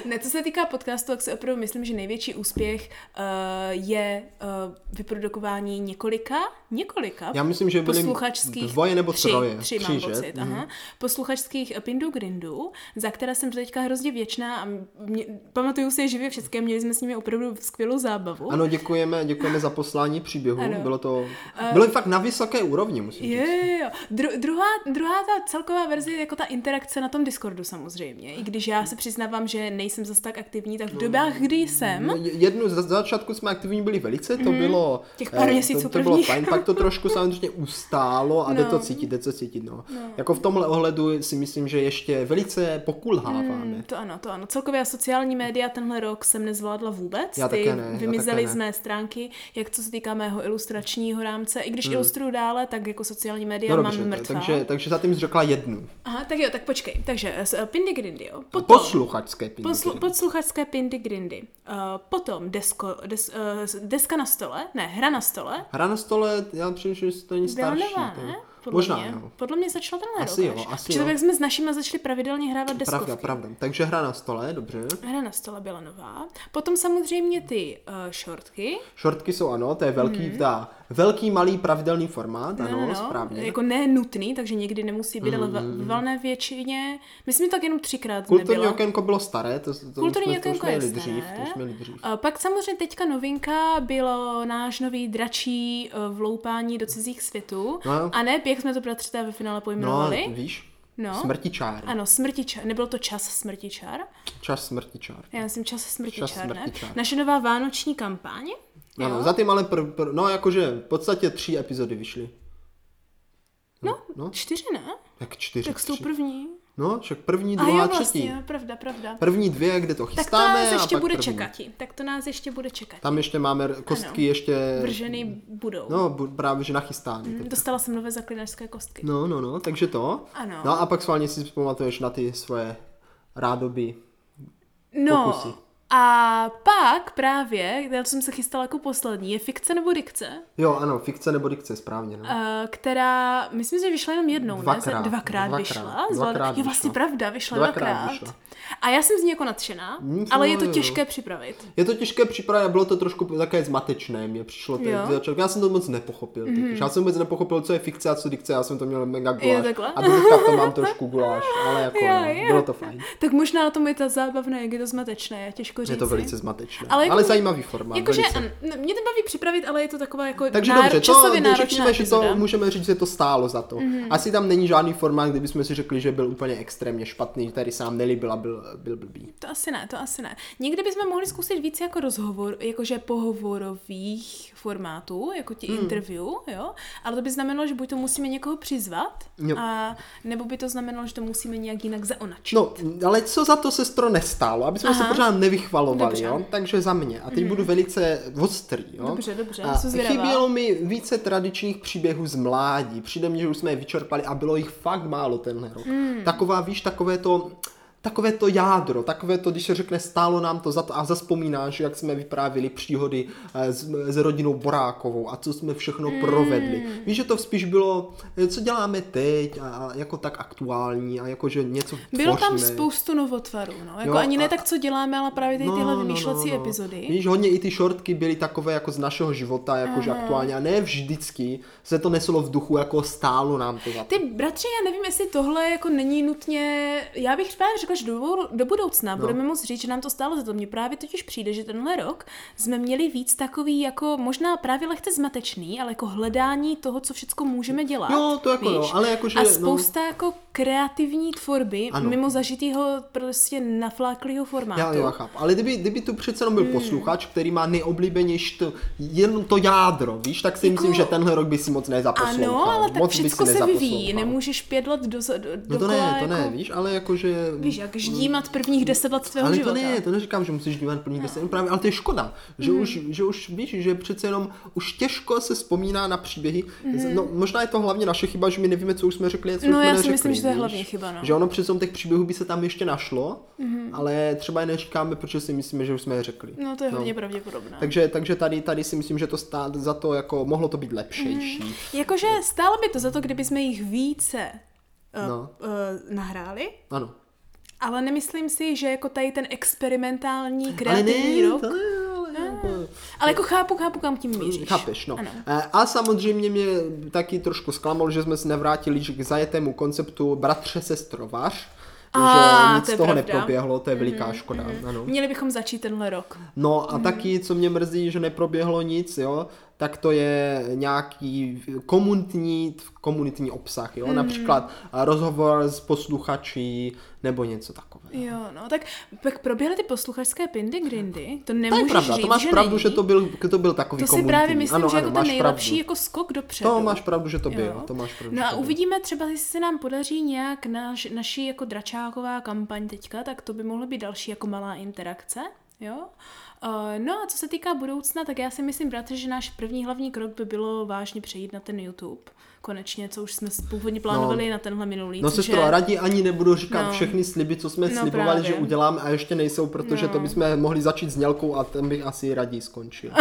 Speaker 2: Ne, co se týká podcastu, tak si opravdu myslím, že největší úspěch uh, je uh, vyprodukování několika, několika
Speaker 1: Já myslím, že byly
Speaker 2: posluchačských,
Speaker 1: dvoje nebo troje.
Speaker 2: tři, tři,
Speaker 1: Tři,
Speaker 2: mám
Speaker 1: že? Mhm.
Speaker 2: pocit, aha, posluchačských Pindu Grindů, za které jsem teďka hrozně věčná a mě, pamatuju si je živě všechny, měli jsme s nimi opravdu skvělou zábavu.
Speaker 1: Ano, děkujeme, děkujeme za poslání příběhu.
Speaker 2: Ano. Eh,
Speaker 1: Bylo to, bylo fakt na vysoké úrovni, musím
Speaker 2: Jo,
Speaker 1: říct.
Speaker 2: jo, jo. Dru- druhá, druhá ta celková verze je jako ta interakce na tom Discordu samozřejmě. I když já se přiznávám, že nejsem zas tak aktivní, tak v dobách, kdy jsem,
Speaker 1: No, je- Jednu za začátku jsme aktivní byli velice, to bylo...
Speaker 2: Mhm. těch pár
Speaker 1: eh,
Speaker 2: měsíců
Speaker 1: to, to bylo
Speaker 2: prvních.
Speaker 1: fajn, pak to trošku samozřejmě ustálo a jde
Speaker 2: No.
Speaker 1: to cítit, jde to cítit, no. Jako v tomhle ohledu si myslím, že ještě velice pokulháváme.
Speaker 2: Mm, to ano, to ano. Celkově sociální média tenhle rok jsem nezvládla vůbec.
Speaker 1: Já
Speaker 2: Ty
Speaker 1: také ne, já
Speaker 2: vymizely
Speaker 1: také ne.
Speaker 2: z mé stránky, jak co se týká mého ilustračního rámce. I když ilustruju dále, tak jako sociální média
Speaker 1: Hmm. No
Speaker 2: mám
Speaker 1: dobře,
Speaker 2: mrtvá.
Speaker 1: takže, takže zatím jsi řekla jednu.
Speaker 2: Aha, tak jo, tak počkej. Takže eh, s- Pindy Grindy, jo. Potom,
Speaker 1: Posluchačské pinky.
Speaker 2: Poslu, podsluchačské Pindy Grindy. Uh, potom desko, des, uh, deska na stole, ne, hra na stole.
Speaker 1: Hra na stole, já přemýšlím, že to není
Speaker 2: Byla
Speaker 1: starší.
Speaker 2: nová,
Speaker 1: to-
Speaker 2: ne? Podle
Speaker 1: Možná,
Speaker 2: mě.
Speaker 1: jo.
Speaker 2: Podle mě začala tenhle
Speaker 1: Asi
Speaker 2: rok.
Speaker 1: jo,
Speaker 2: až.
Speaker 1: asi
Speaker 2: Protože
Speaker 1: jo.
Speaker 2: tak jsme s našima začali pravidelně hrávat deskovky.
Speaker 1: Pravda, pravda. Takže hra na stole, dobře.
Speaker 2: Hra na stole byla nová. Potom samozřejmě ty uh, šortky.
Speaker 1: Šortky jsou ano, to je velký, ta, velký, malý, pravidelný formát, ano,
Speaker 2: Mhm. no, no, no.
Speaker 1: správně. Mm.
Speaker 2: Jako ne nutný, takže někdy nemusí být, ale ve- v valné většině. Myslím, že tak jenom třikrát
Speaker 1: Kulturní
Speaker 2: nebyla.
Speaker 1: okénko bylo staré, to, to,
Speaker 2: Kulturní
Speaker 1: už jsme, to už
Speaker 2: okénko
Speaker 1: jsme
Speaker 2: je
Speaker 1: jeli
Speaker 2: staré.
Speaker 1: dřív, to už jsme jeli dřív.
Speaker 2: A Eh, pak samozřejmě teďka novinka bylo náš nový dračí eh, vloupání do cizích světů.
Speaker 1: No.
Speaker 2: A ne, jak jsme to bratři teda ve finále
Speaker 1: No,
Speaker 2: pojmenovali.
Speaker 1: víš,
Speaker 2: No.
Speaker 1: smrti čár,
Speaker 2: Ano, smrtičar. Nebyl to čas smrtičar?
Speaker 1: čas smrti čár.
Speaker 2: Já myslím čas smrtičar,
Speaker 1: Čas
Speaker 2: ne?
Speaker 1: smrtičár.
Speaker 2: Naše nová vánoční kampaň.
Speaker 1: Ano, zatím ale, pr, pr, no jakože v podstatě tři epizody vyšly.
Speaker 2: No,
Speaker 1: no.
Speaker 2: čtyři, ne?
Speaker 1: Tak čtyři,
Speaker 2: Tak s tou
Speaker 1: tři.
Speaker 2: první.
Speaker 1: No, však první,
Speaker 2: A
Speaker 1: druhá,
Speaker 2: jo,
Speaker 1: třetí.
Speaker 2: vlastně, jo, pravda, pravda.
Speaker 1: První dvě, kde to
Speaker 2: Tak to nás
Speaker 1: chystáme a
Speaker 2: ještě
Speaker 1: pak
Speaker 2: bude
Speaker 1: první.
Speaker 2: čekat. Tak to nás ještě bude čekat.
Speaker 1: Tam ještě máme r- kostky
Speaker 2: Ano.
Speaker 1: ještě,
Speaker 2: Vržený budou.
Speaker 1: no bu- právě že nachystány. tak.
Speaker 2: Dostala jsem nové zaklinačské kostky.
Speaker 1: No, no, no, takže to.
Speaker 2: Ano.
Speaker 1: No a pak schválně si pamatuješ na ty svoje rádoby.
Speaker 2: No,
Speaker 1: pokusy.
Speaker 2: a pak právě, já jsem se chystala jako poslední, je fikce nebo dikce,
Speaker 1: Jo, ano, fikce nebo dikce, správně, no.
Speaker 2: eh, která, myslím, že vyšla jenom jednou, ne?
Speaker 1: Dvakrát.
Speaker 2: Za- Dvakrát,
Speaker 1: Dvakrát.
Speaker 2: vyšla.
Speaker 1: Dvakrát
Speaker 2: Dvakrát je
Speaker 1: vyšla.
Speaker 2: vlastně pravda, vyšla dvakrát.
Speaker 1: Dvakrát vyšla.
Speaker 2: A já jsem z ní jako nadšená,
Speaker 1: Mm,
Speaker 2: ale je to
Speaker 1: jo, jo.
Speaker 2: těžké připravit.
Speaker 1: Je to těžké připravit a bylo to trošku také zmatečné, mě přišlo ten
Speaker 2: Jo. Mhm.
Speaker 1: začátek. Já jsem to moc nepochopil. Mm-hmm. Já jsem vůbec nepochopil, co je fikce a co dikce, já jsem to měl mega
Speaker 2: Jo,
Speaker 1: guláš.
Speaker 2: takhle.
Speaker 1: a do teďka to mám trošku guláš, ale jako
Speaker 2: Jo,
Speaker 1: no,
Speaker 2: jo.
Speaker 1: bylo to fajn.
Speaker 2: Tak možná na tom je ta zábavné, jak je to zmatečné, já těžko říct.
Speaker 1: Je to velice zmatečné,
Speaker 2: Ale
Speaker 1: ale,
Speaker 2: jako-
Speaker 1: ale zajímavý formát.
Speaker 2: Jakože,
Speaker 1: velice.
Speaker 2: an- ne, mě to baví připravit, ale je to taková jako
Speaker 1: Takže
Speaker 2: náro-
Speaker 1: dobře, to
Speaker 2: časově náročná
Speaker 1: řekněme, že to
Speaker 2: epizoda. Mhm.
Speaker 1: můžeme říct, že to stálo za to. Mm-hmm. Asi tam není žádný formát, kdybychom si řekli, že byl úplně extrémně špatný, který sám nelíbil a byl, byl blbý.
Speaker 2: To asi ne, to asi ne. Někdy bychom mohli zkusit víc jako rozhovor, jakože pohovorových formátů, jako ti hmm. interview, jo? Ale to by znamenalo, že buď to musíme někoho přizvat,
Speaker 1: Jo.
Speaker 2: a, nebo by to znamenalo, že to musíme nějak jinak zaonačit.
Speaker 1: No, ale co za to sestro nestálo, aby jsme
Speaker 2: Aha.
Speaker 1: se pořád nevychvalovali,
Speaker 2: Dobře. Mhm.
Speaker 1: jo? Takže za mě. A teď mm-hmm. budu velice ostrý, jo?
Speaker 2: Dobře, dobře,
Speaker 1: A
Speaker 2: jsem zvědavá.
Speaker 1: chybělo mi více tradičních příběhů z mládí. Přijde mi, že už jsme je vyčerpali a bylo jich fakt málo tenhle rok.
Speaker 2: Hmm.
Speaker 1: Mm. Taková, víš, takové to takové to jádro, takové to, když se řekne stálo nám to za to a zaspomínáš, jak jsme vyprávili příhody eh, s, s rodinou Borákovou a co jsme všechno
Speaker 2: Hmm.
Speaker 1: provedli. Víš, že to spíš bylo, eh, co děláme teď a, a jako tak aktuální a jako, že něco
Speaker 2: Bylo tam
Speaker 1: tvoříme.
Speaker 2: spoustu novotvarů, no. Jako
Speaker 1: Jo,
Speaker 2: ani ne
Speaker 1: a- No,
Speaker 2: tak, co děláme, ale právě tady tyhle vymýšlecí epizody.
Speaker 1: Víš, hodně i ty šortky byly takové jako z našeho života, jakože aktuálně a ne vždycky se to neslo v duchu, jako stálo nám to za to.
Speaker 2: Ty bratři, já nevím, jestli tohle jako není nutně, já bych právě řekla, že do, do budoucna no. budeme moc říct, že nám to stálo za to. Mně právě totiž přijde, že tenhle rok jsme měli víc takový jako možná právě lehce zmatečný, ale jako hledání toho, co všechno můžeme dělat.
Speaker 1: Jo, to jako jo, ale jakože,
Speaker 2: A
Speaker 1: no.
Speaker 2: spousta jako kreativní tvorby ano.
Speaker 1: Ano.
Speaker 2: mimo zažitýho prostě nafláklýho formátu.
Speaker 1: Já, já chápu, ale kdyby, kdyby tu přece jenom byl
Speaker 2: Hmm.
Speaker 1: posluchač, který má nejoblíbenější to, jenom to jádro, víš, tak si
Speaker 2: Jako-
Speaker 1: myslím, že tenhle rok by si moc nezaposlouchal.
Speaker 2: ano, ale tak
Speaker 1: moc by
Speaker 2: všechno
Speaker 1: si
Speaker 2: se vyvíjí,
Speaker 1: nezaposlouchal.
Speaker 2: nemůžeš pět let do, do, do
Speaker 1: No to ne, to ne,
Speaker 2: jako,
Speaker 1: víš, ale jakože... No.
Speaker 2: víš, jak ždímat prvních deset let svého
Speaker 1: Ale
Speaker 2: života. Hmm.
Speaker 1: to ne, to neříkám, že musíš dívat první deset, no. právě, ale to je škoda, že, už, že už víš, že přece jenom už těžko se vzpomíná na příběhy. Mm. No, možná je to hlavně naše chyba, že my nevíme, co už jsme řekli a co
Speaker 2: Hmm. No,
Speaker 1: už jsme
Speaker 2: já si
Speaker 1: neřekli,
Speaker 2: myslím, že to je
Speaker 1: víš?
Speaker 2: hlavně chyba, no. Hmm.
Speaker 1: Že ono přece jenom těch příběhů by se tam ještě našlo, mm. ale třeba je neříkáme, protože si myslíme, že už jsme je řekli.
Speaker 2: No to je hodně pravděpodobné.
Speaker 1: Takže, takže tady, tady si myslím, že to stát za to jako mohlo to být lepšejší.
Speaker 2: Hmm. Jakože stálo by to za to, kdyby jsme jich více uh, no.
Speaker 1: No.
Speaker 2: uh, nahráli,
Speaker 1: Ano.
Speaker 2: Ale nemyslím si, že jako tady ten experimentální
Speaker 1: Ale
Speaker 2: kreativní
Speaker 1: ne,
Speaker 2: rok.
Speaker 1: to ne, ale jako...
Speaker 2: Ale jako chápu, chápu, kam tím míříš.
Speaker 1: Chápeš, no.
Speaker 2: Ano.
Speaker 1: Eh, A samozřejmě mě taky trošku zklamalo, že jsme se nevrátili k zajetému konceptu bratře sestrovař.
Speaker 2: A,
Speaker 1: že nic
Speaker 2: to je
Speaker 1: z toho
Speaker 2: pravda. Mhm,
Speaker 1: neproběhlo, to je veliká škoda. Ano.
Speaker 2: Měli bychom začít tenhle rok.
Speaker 1: No
Speaker 2: Mhm.
Speaker 1: a taky, co mě mrzí, že neproběhlo nic, jo, tak to je nějaký komunitní, komunitní obsah,
Speaker 2: Mhm.
Speaker 1: jo, například eh, rozhovor s posluchači nebo něco takové.
Speaker 2: Jo, no, tak pak proběhly ty posluchačské pindy grindy, to
Speaker 1: To
Speaker 2: nemůžeš
Speaker 1: je pravda,
Speaker 2: říct,
Speaker 1: to máš
Speaker 2: že
Speaker 1: pravdu,
Speaker 2: není.
Speaker 1: že to byl, to byl takový
Speaker 2: to si
Speaker 1: komunitní.
Speaker 2: právě myslím,
Speaker 1: ano,
Speaker 2: že
Speaker 1: ano,
Speaker 2: jako
Speaker 1: máš
Speaker 2: ten nejlepší
Speaker 1: pravdu.
Speaker 2: jako skok dopředu.
Speaker 1: To máš pravdu, že to bylo,
Speaker 2: Jo.
Speaker 1: to máš pravdu.
Speaker 2: No
Speaker 1: že
Speaker 2: a
Speaker 1: to bylo.
Speaker 2: uvidíme třeba, jestli se nám podaří nějak naš, naší jako dračáková kampaň teďka, tak to by mohlo být další jako malá interakce. Jo? Eh, No a co se týká budoucna, tak já si myslím, bratře, že náš první hlavní krok by bylo vážně přejít na ten YouTube. Konečně, co už jsme s- původně plánovali no, na tenhle minulý.
Speaker 1: No
Speaker 2: což
Speaker 1: sestro,
Speaker 2: je-
Speaker 1: raději ani nebudu říkat
Speaker 2: No.
Speaker 1: všechny sliby, co jsme
Speaker 2: No
Speaker 1: slibovali,
Speaker 2: právě. No.
Speaker 1: že uděláme a ještě nejsou, protože to bychom mohli začít s nělkou a ten bych asi raději skončil.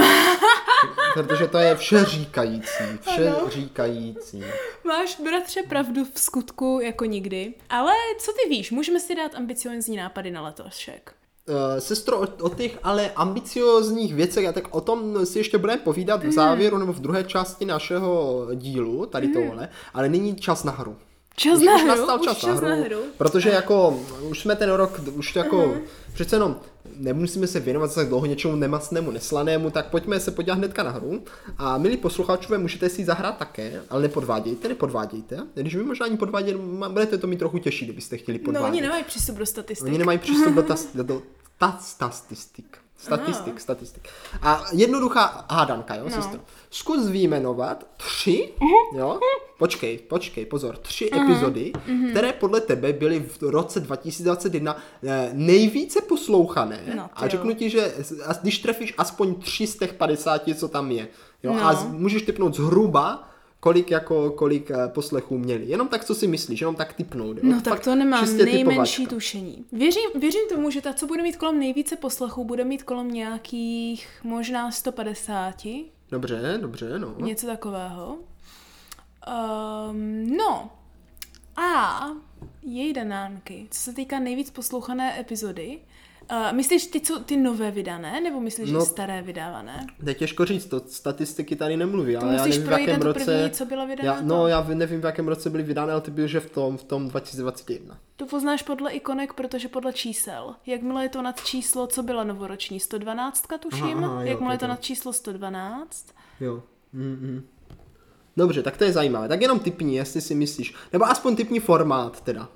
Speaker 1: protože to je vše říkající, vše říkající.
Speaker 2: Máš, bratře, pravdu v skutku jako nikdy. Ale co ty víš, můžeme si dát ambiciozní nápady na letošek.
Speaker 1: Eh, Sestro, o, o těch ale ambiciozních věcech, a tak o tom si ještě budeme povídat
Speaker 2: Hmm.
Speaker 1: v závěru nebo v druhé části našeho dílu, tady
Speaker 2: Hmm.
Speaker 1: tohle, ale není čas na hru.
Speaker 2: Čas
Speaker 1: Už-
Speaker 2: na
Speaker 1: už
Speaker 2: hru,
Speaker 1: nastal čas, na, hru, Protože jako, už jsme ten rok, už jako, přece jenom nemusíme se věnovat tak dlouho něčemu nemastnému, neslanému, tak pojďme se podívat hnedka na hru. A milí posluchačové, můžete si ji zahrát také, ale nepodvádějte, nepodvádějte. Když vy možná ani podvádět, ma- budete to mít trochu těžší, kdybyste chtěli
Speaker 2: No,
Speaker 1: podvádět.
Speaker 2: oni nemají přístup do statistik.
Speaker 1: Oni nemají přístup do, tas, do ta, statistik. Statistik,
Speaker 2: No.
Speaker 1: statistik. A jednoduchá hádanka, jo, no. sestro. Zkus vyjmenovat tři,
Speaker 2: Mhm.
Speaker 1: jo, počkej, počkej, pozor, tři epizody,
Speaker 2: Mhm.
Speaker 1: které podle tebe byly v roce 2021 eh, nejvíce poslouchané.
Speaker 2: No,
Speaker 1: a
Speaker 2: ty jo.
Speaker 1: řeknu ti, že s- a když trefíš aspoň tři z těch 50, co tam je, jo,
Speaker 2: No.
Speaker 1: a z, můžeš typnout zhruba, kolik jako, kolik eh, poslechů měli. Jenom tak, co si myslíš, jenom tak typnout. Jo?
Speaker 2: No tak
Speaker 1: Fakt
Speaker 2: to nemám
Speaker 1: čistě
Speaker 2: nejmenší
Speaker 1: typovačka.
Speaker 2: tušení. Věřím, věřím tomu, že ta, co bude mít kolem nejvíce poslechů, bude mít kolem nějakých možná 150,
Speaker 1: Dobře, dobře, no.
Speaker 2: něco takového. Um, no a jejdanánky, co se týká nejvíc poslouchané epizody, Uh, myslíš ty, co, ty nové vydané, nebo myslíš
Speaker 1: No.
Speaker 2: no, staré vydávané?
Speaker 1: To je těžko říct, to statistiky tady nemluví, ale já
Speaker 2: musíš
Speaker 1: nevím, v
Speaker 2: projít
Speaker 1: jakém
Speaker 2: na tu
Speaker 1: roce...
Speaker 2: první, co byla vydána,
Speaker 1: já,
Speaker 2: to.
Speaker 1: no, já v- nevím, v jakém roce byly vydány, ale ty byl, že v tom, v tom 2021.
Speaker 2: To poznáš podle ikonek, protože podle čísel. Jakmile je to nad číslo, co byla novoroční, 112 tuším,
Speaker 1: Aha, aha,
Speaker 2: aha,
Speaker 1: jo,
Speaker 2: jakmile
Speaker 1: to
Speaker 2: je to
Speaker 1: jo.
Speaker 2: nad číslo 112,
Speaker 1: Jo. Mm-mm. Dobře, tak to je zajímavé. Tak jenom typní, jestli si myslíš. Nebo aspoň typní formát teda.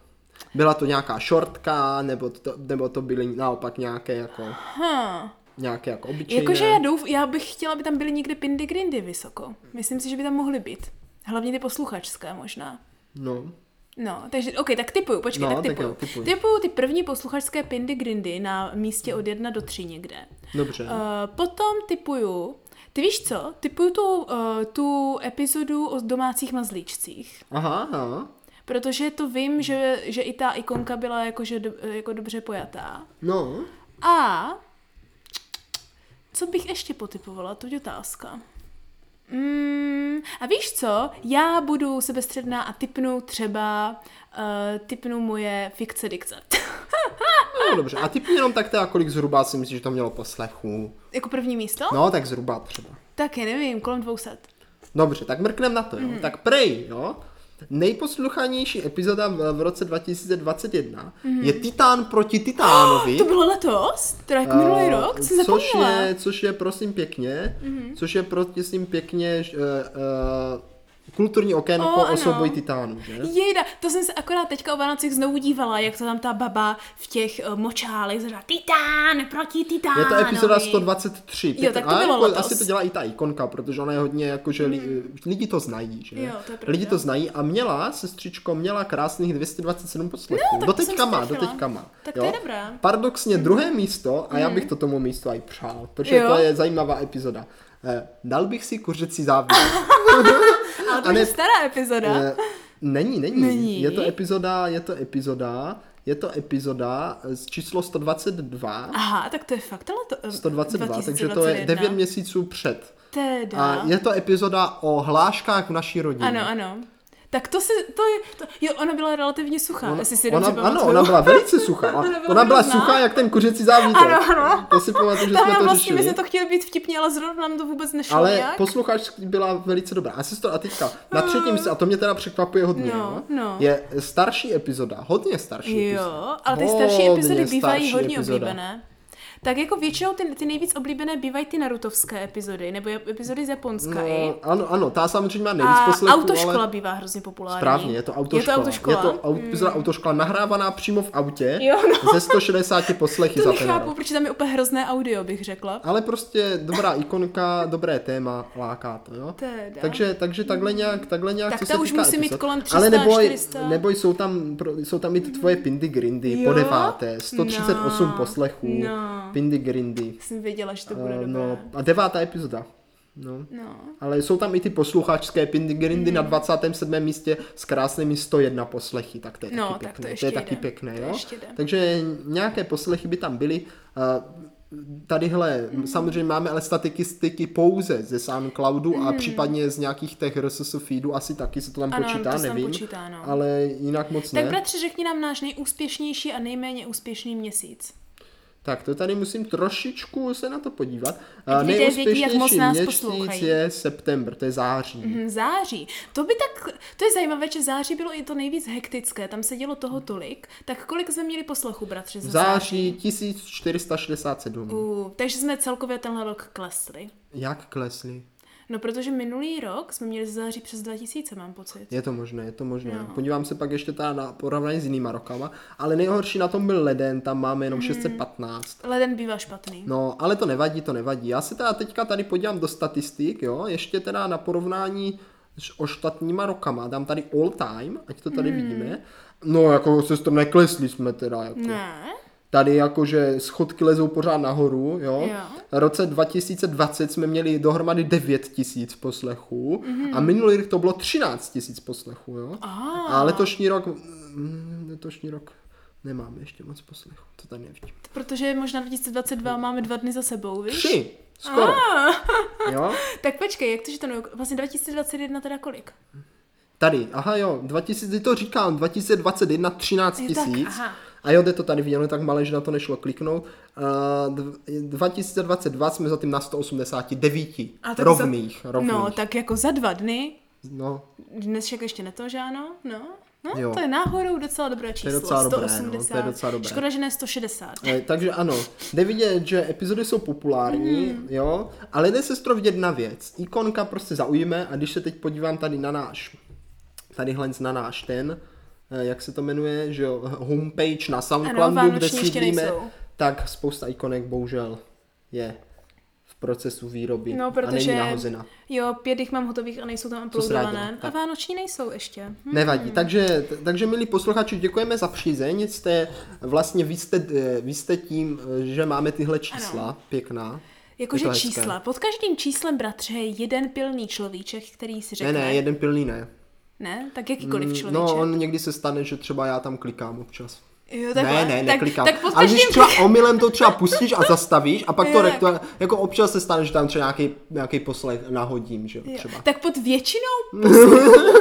Speaker 1: Byla to nějaká shortka, nebo to, nebo to byly naopak nějaké jako,
Speaker 2: Huh.
Speaker 1: nějaké jako obyčejné.
Speaker 2: Jakože já, douf, já bych chtěla, aby tam byly někde pindy grindy vysoko. Myslím si, že by tam mohly být. Hlavně ty posluchačské možná.
Speaker 1: No.
Speaker 2: No, takže, OK, tak typuju, počkej,
Speaker 1: No,
Speaker 2: tak
Speaker 1: tak
Speaker 2: typuju.
Speaker 1: jo, typuj.
Speaker 2: typuju ty první posluchačské pindy grindy na místě od 1 do 3 někde.
Speaker 1: Dobře. Uh,
Speaker 2: Uh, potom typuju, ty víš co, typuju tu, uh, tu epizodu o domácích mazlíčcích.
Speaker 1: aha, aha.
Speaker 2: Protože to
Speaker 1: Mhm.
Speaker 2: vím, že, že i ta ikonka byla jakože do, jako dobře pojatá.
Speaker 1: No.
Speaker 2: A co bych ještě potypovala, to je otázka. Mm, a víš co, já budu sebestředná a typnu třeba, uh, typnu moje fikce dikce.
Speaker 1: no. dobře. A typní jenom tak teda, kolik zhruba si myslíš, že to mělo poslechů.
Speaker 2: jako první místo?
Speaker 1: No, tak zhruba třeba.
Speaker 2: Taky nevím, kolem 200.
Speaker 1: Dobře, tak mrknem na to, jo.
Speaker 2: Mhm.
Speaker 1: Tak prej, jo. Nejposluchanější epizoda v, v roce 2021 je Titán proti Titánovi.
Speaker 2: Mhm. To bylo letos? Teda jako minulý
Speaker 1: Eh,
Speaker 2: rok? Jsem
Speaker 1: což
Speaker 2: zapomněla. Mhm.
Speaker 1: je, což je, prosím pěkně, což je, prosím pěkně, ž- eh, eh, kulturní okénko
Speaker 2: O,
Speaker 1: oh,
Speaker 2: ano.
Speaker 1: osoboj Titánů, že?
Speaker 2: Jejda, to jsem se akorát teďka o Vánocích znovu dívala, jak to tam ta baba v těch uh, močálech zřela Titán proti Titánovi.
Speaker 1: Je to epizoda 123. pěkně.
Speaker 2: tak to
Speaker 1: A
Speaker 2: bylo
Speaker 1: jako,
Speaker 2: letos. Hmm.
Speaker 1: asi to dělá i ta ikonka, protože ona je hodně jako, že li, lidi to znají, že?
Speaker 2: Jo, to je pravda.
Speaker 1: lidi to znají a měla, sestřičko, měla krásných 227 poslechů.
Speaker 2: No, tak to
Speaker 1: doteďka
Speaker 2: jsem
Speaker 1: má,
Speaker 2: strefila.
Speaker 1: doteďka má.
Speaker 2: Tak to je dobrá. Mhm.
Speaker 1: Paradoxně druhé místo a já bych to tomu místu i přál, protože
Speaker 2: Jo.
Speaker 1: to je zajímavá epizoda. Eh, Dal bych si kuřecí závěr.
Speaker 2: Ale to
Speaker 1: A
Speaker 2: už
Speaker 1: ne-
Speaker 2: je stará epizoda.
Speaker 1: Eh, Není, není.
Speaker 2: Není.
Speaker 1: Je to epizoda, je to epizoda, je to epizoda z číslo 122.
Speaker 2: Aha, tak to je fakt, ale to... eh,
Speaker 1: 122, takže to je
Speaker 2: 2021.
Speaker 1: 9 měsíců před.
Speaker 2: Teda.
Speaker 1: A je to epizoda o hláškách v naší rodině.
Speaker 2: Ano, ano. Tak to se, to je, to, jo, ona byla relativně suchá, ona, jestli si
Speaker 1: ona, ano,
Speaker 2: dobře pamatuju.
Speaker 1: ona byla velice suchá.
Speaker 2: Ona byla
Speaker 1: Ona byla
Speaker 2: hrozná.
Speaker 1: suchá jak ten kuřecí závítek.
Speaker 2: Ano, ano.
Speaker 1: To si pamatuju, že
Speaker 2: Tam
Speaker 1: jsme
Speaker 2: nám
Speaker 1: to
Speaker 2: vlastně my
Speaker 1: řešili.
Speaker 2: jsme to chtěli být vtipně, ale zrovna nám to vůbec nešlo
Speaker 1: Ale
Speaker 2: nějak.
Speaker 1: posluchač byla velice dobrá. A sestro, a teďka na třetím, se- a to mě teda překvapuje hodně,
Speaker 2: No,
Speaker 1: jo,
Speaker 2: no.
Speaker 1: je starší epizoda, hodně starší
Speaker 2: Jo,
Speaker 1: epizoda.
Speaker 2: ale ty starší
Speaker 1: Hodně
Speaker 2: epizody bývají
Speaker 1: starší
Speaker 2: hodně
Speaker 1: epizoda.
Speaker 2: oblíbené. Tak jako většinou ty, ty nejvíc oblíbené bývají ty narutovské epizody, nebo je- epizody z Japonska i.
Speaker 1: No, ano, ano, ta samozřejmě má nejvíc
Speaker 2: A
Speaker 1: poslechů,
Speaker 2: autoškola
Speaker 1: ale...
Speaker 2: bývá hrozně populární.
Speaker 1: Správně, je to autoškola.
Speaker 2: Je to autoškola. Hmm.
Speaker 1: Je to au- epizoda autoškola nahrávaná přímo v autě
Speaker 2: Jo, no.
Speaker 1: ze 160 poslechy
Speaker 2: to
Speaker 1: za ten
Speaker 2: nechápu,
Speaker 1: rok.
Speaker 2: protože tam je úplně hrozné audio, bych řekla.
Speaker 1: Ale prostě dobrá ikonka, dobré téma, láká to, jo?
Speaker 2: Teda. Mhm.
Speaker 1: Takže, takže takhle nějak, takhle nějak,
Speaker 2: Tak
Speaker 1: co
Speaker 2: ta
Speaker 1: se
Speaker 2: už
Speaker 1: týká
Speaker 2: musí mít
Speaker 1: epizod.
Speaker 2: kolem
Speaker 1: Ale
Speaker 2: 300,
Speaker 1: neboj,
Speaker 2: 400.
Speaker 1: neboj jsou, tam, pro- jsou tam i ty tvoje pindy grindy,
Speaker 2: Jo?
Speaker 1: po deváté, 138
Speaker 2: No,
Speaker 1: poslechů,
Speaker 2: no.
Speaker 1: pindy grindy.
Speaker 2: Jsem věděla, že to bude
Speaker 1: Eh,
Speaker 2: dobré.
Speaker 1: No, a devátá epizoda. No.
Speaker 2: no. Hmm.
Speaker 1: Ale jsou tam i ty posluchačské pindy grindy na 27. místě s krásnými 101 poslechy, tak to je
Speaker 2: No,
Speaker 1: taky
Speaker 2: tak to
Speaker 1: pěkné.
Speaker 2: ještě
Speaker 1: je taky
Speaker 2: jde.
Speaker 1: pěkné,
Speaker 2: To
Speaker 1: jo?
Speaker 2: ještě jde.
Speaker 1: Takže nějaké poslechy by tam byly. Eh, Tadyhle
Speaker 2: Hmm.
Speaker 1: samozřejmě máme ale statistiky pouze ze SoundCloudu a případně z nějakých těch RSS feedů, asi taky se to tam
Speaker 2: Hmm. Ano,
Speaker 1: počítá,
Speaker 2: to se tam
Speaker 1: nevím.
Speaker 2: počítá, no.
Speaker 1: Ale jinak moc
Speaker 2: Tak
Speaker 1: ne.
Speaker 2: bratře, řekni nám náš nejúspěšnější a nejméně úspěšný měsíc.
Speaker 1: Tak to tady musím trošičku se na to podívat.
Speaker 2: Ať
Speaker 1: Eh,
Speaker 2: lidé vědí, jak moc nás
Speaker 1: měsíc
Speaker 2: poslouchají.
Speaker 1: je september, to je září.
Speaker 2: Mhm, Září. To by tak, to je zajímavé, že září bylo i to nejvíc hektické, tam se dělo toho tolik. Tak kolik jsme měli poslechu, bratře,
Speaker 1: V
Speaker 2: za
Speaker 1: září 1467.
Speaker 2: Uh, takže jsme celkově tenhle rok klesli.
Speaker 1: Jak klesly?
Speaker 2: No, protože minulý rok jsme měli za září přes 2000, mám pocit.
Speaker 1: Je to možné, je to možné.
Speaker 2: No.
Speaker 1: No. Podívám se pak ještě teda na porovnání s jinýma rokama, ale nejhorší na tom byl leden, tam máme
Speaker 2: Hmm.
Speaker 1: jenom 615.
Speaker 2: Leden bývá špatný.
Speaker 1: No, ale to nevadí, to nevadí. Já se teda teďka tady podívám do statistik, jo, ještě teda na porovnání s ostatníma rokama, dám tady all time, ať to
Speaker 2: Hmm.
Speaker 1: tady vidíme. No, jako se to neklesli jsme teda, jako.
Speaker 2: Ne?
Speaker 1: Tady jakože schodky lezou pořád nahoru, jo.
Speaker 2: Jo.
Speaker 1: V roce 2020 jsme měli dohromady 9 tisíc poslechů mm-hmm. a minulý rok to bylo 13 tisíc poslechů, jo.
Speaker 2: Aha.
Speaker 1: A letošní rok, mm, letošní rok nemáme ještě moc poslechů, to tady nevidím.
Speaker 2: Protože možná 2022 máme dva dny za sebou, víš?
Speaker 1: Tři, skoro,
Speaker 2: Ah,
Speaker 1: jo.
Speaker 2: tak počkej, jak to, že to ne... Vlastně 2021 teda kolik?
Speaker 1: Tady, aha jo, 2000, ty to říkám, 2021 13
Speaker 2: Jo, tak,
Speaker 1: tisíc.
Speaker 2: aha.
Speaker 1: A jo, jde to tady viděno, tak malé, že na to nešlo kliknout. Uh, dv- 2022 jsme zatím na 189
Speaker 2: A tak
Speaker 1: rovných,
Speaker 2: za...
Speaker 1: rovných.
Speaker 2: No, tak jako za dva dny.
Speaker 1: no
Speaker 2: Dnes však ještě ne to, že ano? No, no
Speaker 1: Jo.
Speaker 2: to je náhodou docela dobré číslo.
Speaker 1: docela dobré, no, to je
Speaker 2: 180.
Speaker 1: docela dobré.
Speaker 2: Škoda, že ne 160.
Speaker 1: Eh, takže ano, jde vidět, že epizody jsou populární,
Speaker 2: Mhm.
Speaker 1: mm. jo, ale jde sestro vidět jedna věc. Ikonka prostě zaujme a když se teď podívám tady na náš, tady hlenc na náš ten, eh, jak se to jmenuje, že jo, homepage na Soundcloudu, kde
Speaker 2: vánoční ještě
Speaker 1: sídlíme,
Speaker 2: nejsou.
Speaker 1: tak spousta ikonek bohužel je v procesu výroby
Speaker 2: No,
Speaker 1: a není
Speaker 2: protože...
Speaker 1: nahozena.
Speaker 2: Jo, pět jich mám hotových a nejsou tam
Speaker 1: Co jsi
Speaker 2: uploadované.
Speaker 1: radila?
Speaker 2: A
Speaker 1: Tak.
Speaker 2: vánoční nejsou ještě. Hm?
Speaker 1: Nevadí, takže, t- takže milí posluchači, děkujeme za přízeň, jste, vlastně vy jste, eh, vy jste tím, eh, že máme tyhle čísla, pěkná.
Speaker 2: Jakože
Speaker 1: Je to Jako hezké.
Speaker 2: čísla. Pod každým číslem, bratře, je jeden pilný človíček, který
Speaker 1: Ne,
Speaker 2: si řekne.
Speaker 1: ne, jeden pilný ne.
Speaker 2: ne? tak jakýkoliv človíček.
Speaker 1: No, on někdy se stane, že třeba já tam klikám občas.
Speaker 2: Jo,
Speaker 1: Ne,
Speaker 2: takhle.
Speaker 1: ne, ne, neklikám.
Speaker 2: No, Tak, tak pod
Speaker 1: Ale když
Speaker 2: každým
Speaker 1: třeba omylem to třeba pustíš a zastavíš a pak to
Speaker 2: Jo,
Speaker 1: rektu, jako občas se stane, že tam třeba nějaký, nějaký poslech nahodím, že jo,
Speaker 2: Jo,
Speaker 1: třeba.
Speaker 2: Tak pod většinou,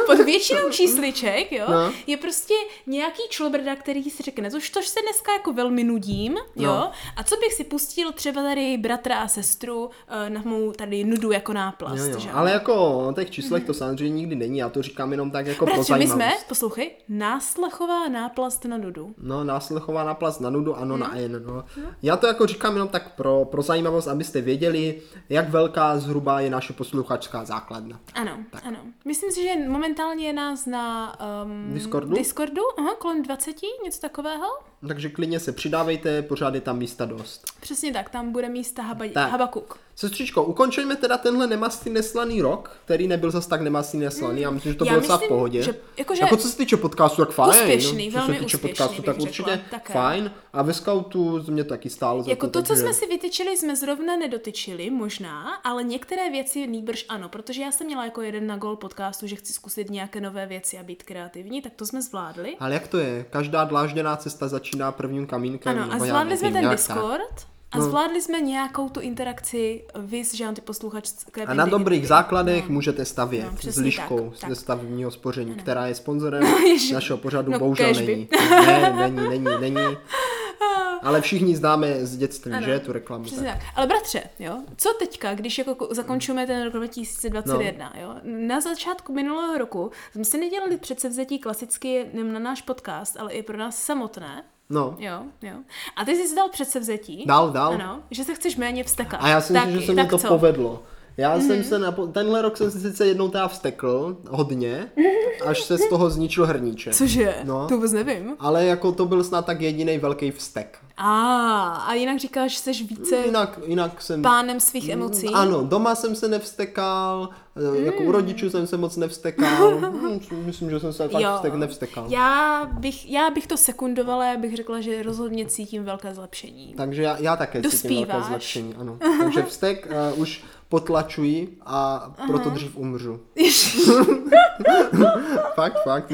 Speaker 2: pod většinou čísliček, jo,
Speaker 1: No.
Speaker 2: no. je prostě nějaký člobrda, který si řekne, což tož se dneska jako velmi nudím, jo,
Speaker 1: No.
Speaker 2: no. a co bych si pustil třeba tady bratra a sestru eh, na mou tady nudu jako náplast,
Speaker 1: Jo, jo.
Speaker 2: že?
Speaker 1: Ale jako o těch číslech to samozřejmě nikdy není, já to říkám jenom tak jako pro
Speaker 2: Bratři, my
Speaker 1: zajímavost.
Speaker 2: jsme, poslouchej, náslachová náplast na nudu.
Speaker 1: No, náslechová na plast na nudu, ano,
Speaker 2: Mhm.
Speaker 1: na N. No. Já to jako říkám jenom tak pro, pro zajímavost, abyste věděli, jak velká zhruba je naše posluchačská základna.
Speaker 2: Ano, tak. ano. Myslím si, že momentálně je nás na um,
Speaker 1: Discordu?
Speaker 2: Discordu aha, kolem 20, něco takového.
Speaker 1: Takže klidně se přidávejte, pořád je tam místa dost.
Speaker 2: Přesně tak, tam bude místa haba,
Speaker 1: Tak.
Speaker 2: Habakuk.
Speaker 1: Sestřičko, ukončujeme teda tenhle nemastný neslaný rok, který nebyl zas tak nemastný neslaný, já myslím, že to
Speaker 2: Mm, Já
Speaker 1: bylo docela v
Speaker 2: myslím,
Speaker 1: pohodě.
Speaker 2: že- jakože-
Speaker 1: jako co se týče podcastu, tak fajn.
Speaker 2: Úspěšný,
Speaker 1: no, co
Speaker 2: velmi
Speaker 1: se týče
Speaker 2: úspěšný,
Speaker 1: podcastu,
Speaker 2: bych
Speaker 1: tak
Speaker 2: řekla,
Speaker 1: určitě
Speaker 2: také.
Speaker 1: fajn. A ve scoutu mě to taky stálo za
Speaker 2: Jako
Speaker 1: to,
Speaker 2: to, co
Speaker 1: takže-
Speaker 2: jsme si vytyčili, jsme zrovna nedotyčili, možná, ale některé věci nýbrž ano, protože já jsem měla jako jeden na gol podcastu, že chci zkusit nějaké nové věci a být kreativní, tak to jsme zvládli.
Speaker 1: Ale jak to je? Každá dlážděná cesta začíná prvním kamínkem.
Speaker 2: Ano, a
Speaker 1: nebo já
Speaker 2: zvládli jsme
Speaker 1: nevím,
Speaker 2: ten
Speaker 1: nějak tak. No.
Speaker 2: Discord, A zvládli jsme nějakou tu interakci vys, že ty posluchačské
Speaker 1: A na dobrých základech můžete stavět
Speaker 2: No,
Speaker 1: s
Speaker 2: přesně
Speaker 1: liškou
Speaker 2: tak,
Speaker 1: ze
Speaker 2: tak.
Speaker 1: stavebního spoření, která je sponzorem
Speaker 2: Ježiš.
Speaker 1: našeho pořadu,
Speaker 2: No,
Speaker 1: bohužel
Speaker 2: kéž by.
Speaker 1: není. Ne, není, není, není. Ale všichni známe z dětství, že, tu reklamu.
Speaker 2: Přesně tak. Ale bratře, jo, co teďka, když jako ko- zakončujeme ten rok 2021,
Speaker 1: No.
Speaker 2: jo? Na začátku minulého roku jsme si nedělali předsevzetí klasicky nejen na náš podcast, ale i pro nás samotné.
Speaker 1: No,
Speaker 2: Jo, jo. A ty jsi si dal předsevzetí.
Speaker 1: dál, dál.
Speaker 2: Ano, že se chceš méně vstekat.
Speaker 1: A já si myslím,
Speaker 2: Taky,
Speaker 1: že se mi
Speaker 2: tak
Speaker 1: to
Speaker 2: co? Mhm.
Speaker 1: povedlo. Já jsem se na, tenhle rok jsem se sice jednou teda vstekl, hodně, až se z toho zničil hrníček.
Speaker 2: Cože?
Speaker 1: No.
Speaker 2: No. To vůbec nevím.
Speaker 1: Ale jako to byl snad tak jediný velký vztek.
Speaker 2: A, a jinak říkáš, že jsi více
Speaker 1: Jinak, jinak jsem...
Speaker 2: pánem svých emocí.
Speaker 1: Mm. Ano, doma jsem se nevstekal,
Speaker 2: Hmm.
Speaker 1: mm. jako u rodičů jsem se moc nevstekal. Hm, Myslím, že jsem se fakt
Speaker 2: Jo.
Speaker 1: vstek, nevstekal.
Speaker 2: Já bych, já bych to sekundovala, já bych řekla, že rozhodně cítím velké zlepšení.
Speaker 1: Takže já, já také cítím velké
Speaker 2: Dospíváš.
Speaker 1: zlepšení, ano. Takže vztek uh, už potlačuji a proto dřív umřu.
Speaker 2: Ježiš,
Speaker 1: Fakt, fakt.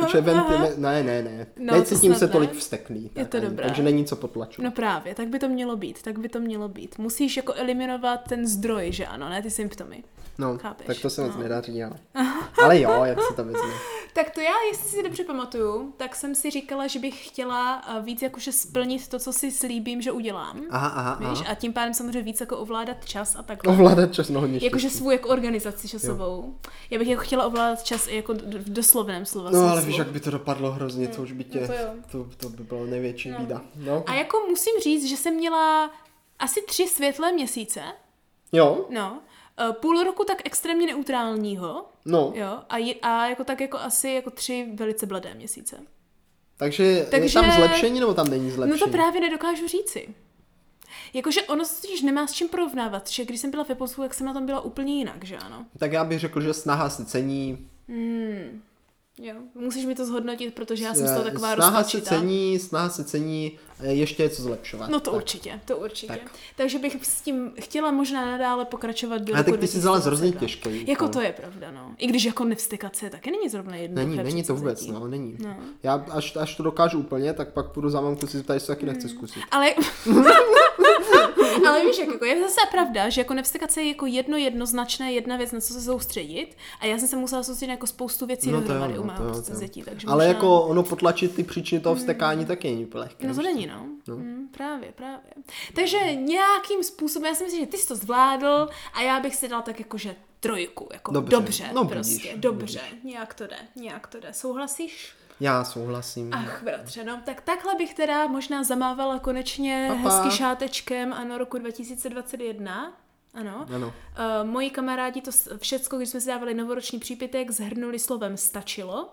Speaker 1: Takže vem ty, ne, ne, ne. ne.
Speaker 2: No, to
Speaker 1: Necítím
Speaker 2: snad
Speaker 1: se
Speaker 2: ne.
Speaker 1: tolik vsteklý.
Speaker 2: Je
Speaker 1: tak
Speaker 2: to
Speaker 1: ani,
Speaker 2: dobré.
Speaker 1: Takže není co potlačit.
Speaker 2: No právě, tak by to mělo být, tak by to mělo být. Musíš jako eliminovat ten zdroj, že ano, ne ty symptomy.
Speaker 1: No,
Speaker 2: chápeš,
Speaker 1: tak to se moc
Speaker 2: no.
Speaker 1: nedaří, ale... ale jo, jak se to vezme.
Speaker 2: Tak to já, jestli si dobře pamatuju, tak jsem si říkala, že bych chtěla eh, víc jakože splnit to, co si slíbím, že udělám.
Speaker 1: Aha, aha, aha.
Speaker 2: Víš, a tím pádem samozřejmě víc jako ovládat čas a takhle.
Speaker 1: Ovládat čas no hodně
Speaker 2: Jakože
Speaker 1: štěstí.
Speaker 2: svou jako organizaci časovou. Já bych jako chtěla ovládat čas i jako d- v doslovném slova
Speaker 1: No
Speaker 2: smyslu.
Speaker 1: ale víš, jak by to dopadlo hrozně, to už by tě,
Speaker 2: no to jo.
Speaker 1: to, to by bylo největší bída. No,
Speaker 2: A jako musím říct, že jsem měla asi tři světlé měsíce,
Speaker 1: jo,
Speaker 2: no, E, půl roku tak extrémně neutrálního,
Speaker 1: no,
Speaker 2: jo, a, je, a jako tak jako asi jako tři velice bledé měsíce.
Speaker 1: takže, je
Speaker 2: Takže-
Speaker 1: tam zlepšení nebo tam není zlepšení?
Speaker 2: No to právě nedokážu říci. Jakože ono se totiž nemá s čím porovnávat, že když jsem byla ve Polsku, tak jsem na tom byla úplně jinak, že ano.
Speaker 1: Tak já bych řekl, že snaha se cení.
Speaker 2: Jo, musíš mi to zhodnotit, protože já jsem z toho
Speaker 1: eh,
Speaker 2: taková
Speaker 1: snaha se
Speaker 2: rozpačitá.
Speaker 1: cení, snaha se cení, eh, ještě je co zlepšovat.
Speaker 2: No to
Speaker 1: Tak.
Speaker 2: určitě, to určitě.
Speaker 1: Tak.
Speaker 2: Tak. Takže bych s tím chtěla možná nadále pokračovat do
Speaker 1: Ale
Speaker 2: roku
Speaker 1: tak ty jsi vzala
Speaker 2: 2022.
Speaker 1: hrozně těžký úkol.
Speaker 2: Jako to je pravda, no. I když jako nevstykat se, taky není zrovna jednoduché.
Speaker 1: Není, není to vůbec,
Speaker 2: předsevzetí.
Speaker 1: no, není. No. Já až, až to dokážu úplně, tak pak půjdu za mamku si zeptat, jestli taky
Speaker 2: Mm.
Speaker 1: nechci zkusit.
Speaker 2: Ale... Ale víš, jak jako je zase pravda, že jako nevstykat se je jako jedno jednoznačné, jedna věc, na co se soustředit. A já jsem se musela soustředit na jako spoustu věcí
Speaker 1: No to jo,
Speaker 2: dohromady
Speaker 1: no
Speaker 2: u
Speaker 1: to jo,
Speaker 2: mého
Speaker 1: to jo.
Speaker 2: předsevzetí. prostě Takže
Speaker 1: Ale
Speaker 2: možná... Mm.
Speaker 1: jako ono potlačit ty příčiny toho vstekání taky není úplně lehké.
Speaker 2: No to není, no. no. Mm, právě, právě. Takže nějakým způsobem, já si myslím, že ty jsi to zvládl a já bych si dal tak jakože trojku, jako
Speaker 1: Dobře.
Speaker 2: dobře, dobře
Speaker 1: No,
Speaker 2: no,
Speaker 1: vidíš,
Speaker 2: prostě,
Speaker 1: vidíš.
Speaker 2: dobře, nějak to jde, nějak to jde. Souhlasíš?
Speaker 1: Já souhlasím.
Speaker 2: Ach, bratře, no, tak takhle bych teda možná zamávala konečně
Speaker 1: Pa, pa.
Speaker 2: hezky šátečkem, ano, roku 2021. Ano.
Speaker 1: Ano.
Speaker 2: Uh, moji kamarádi to s- všecko, když jsme si dávali novoroční přípitek, zhrnuli slovem stačilo.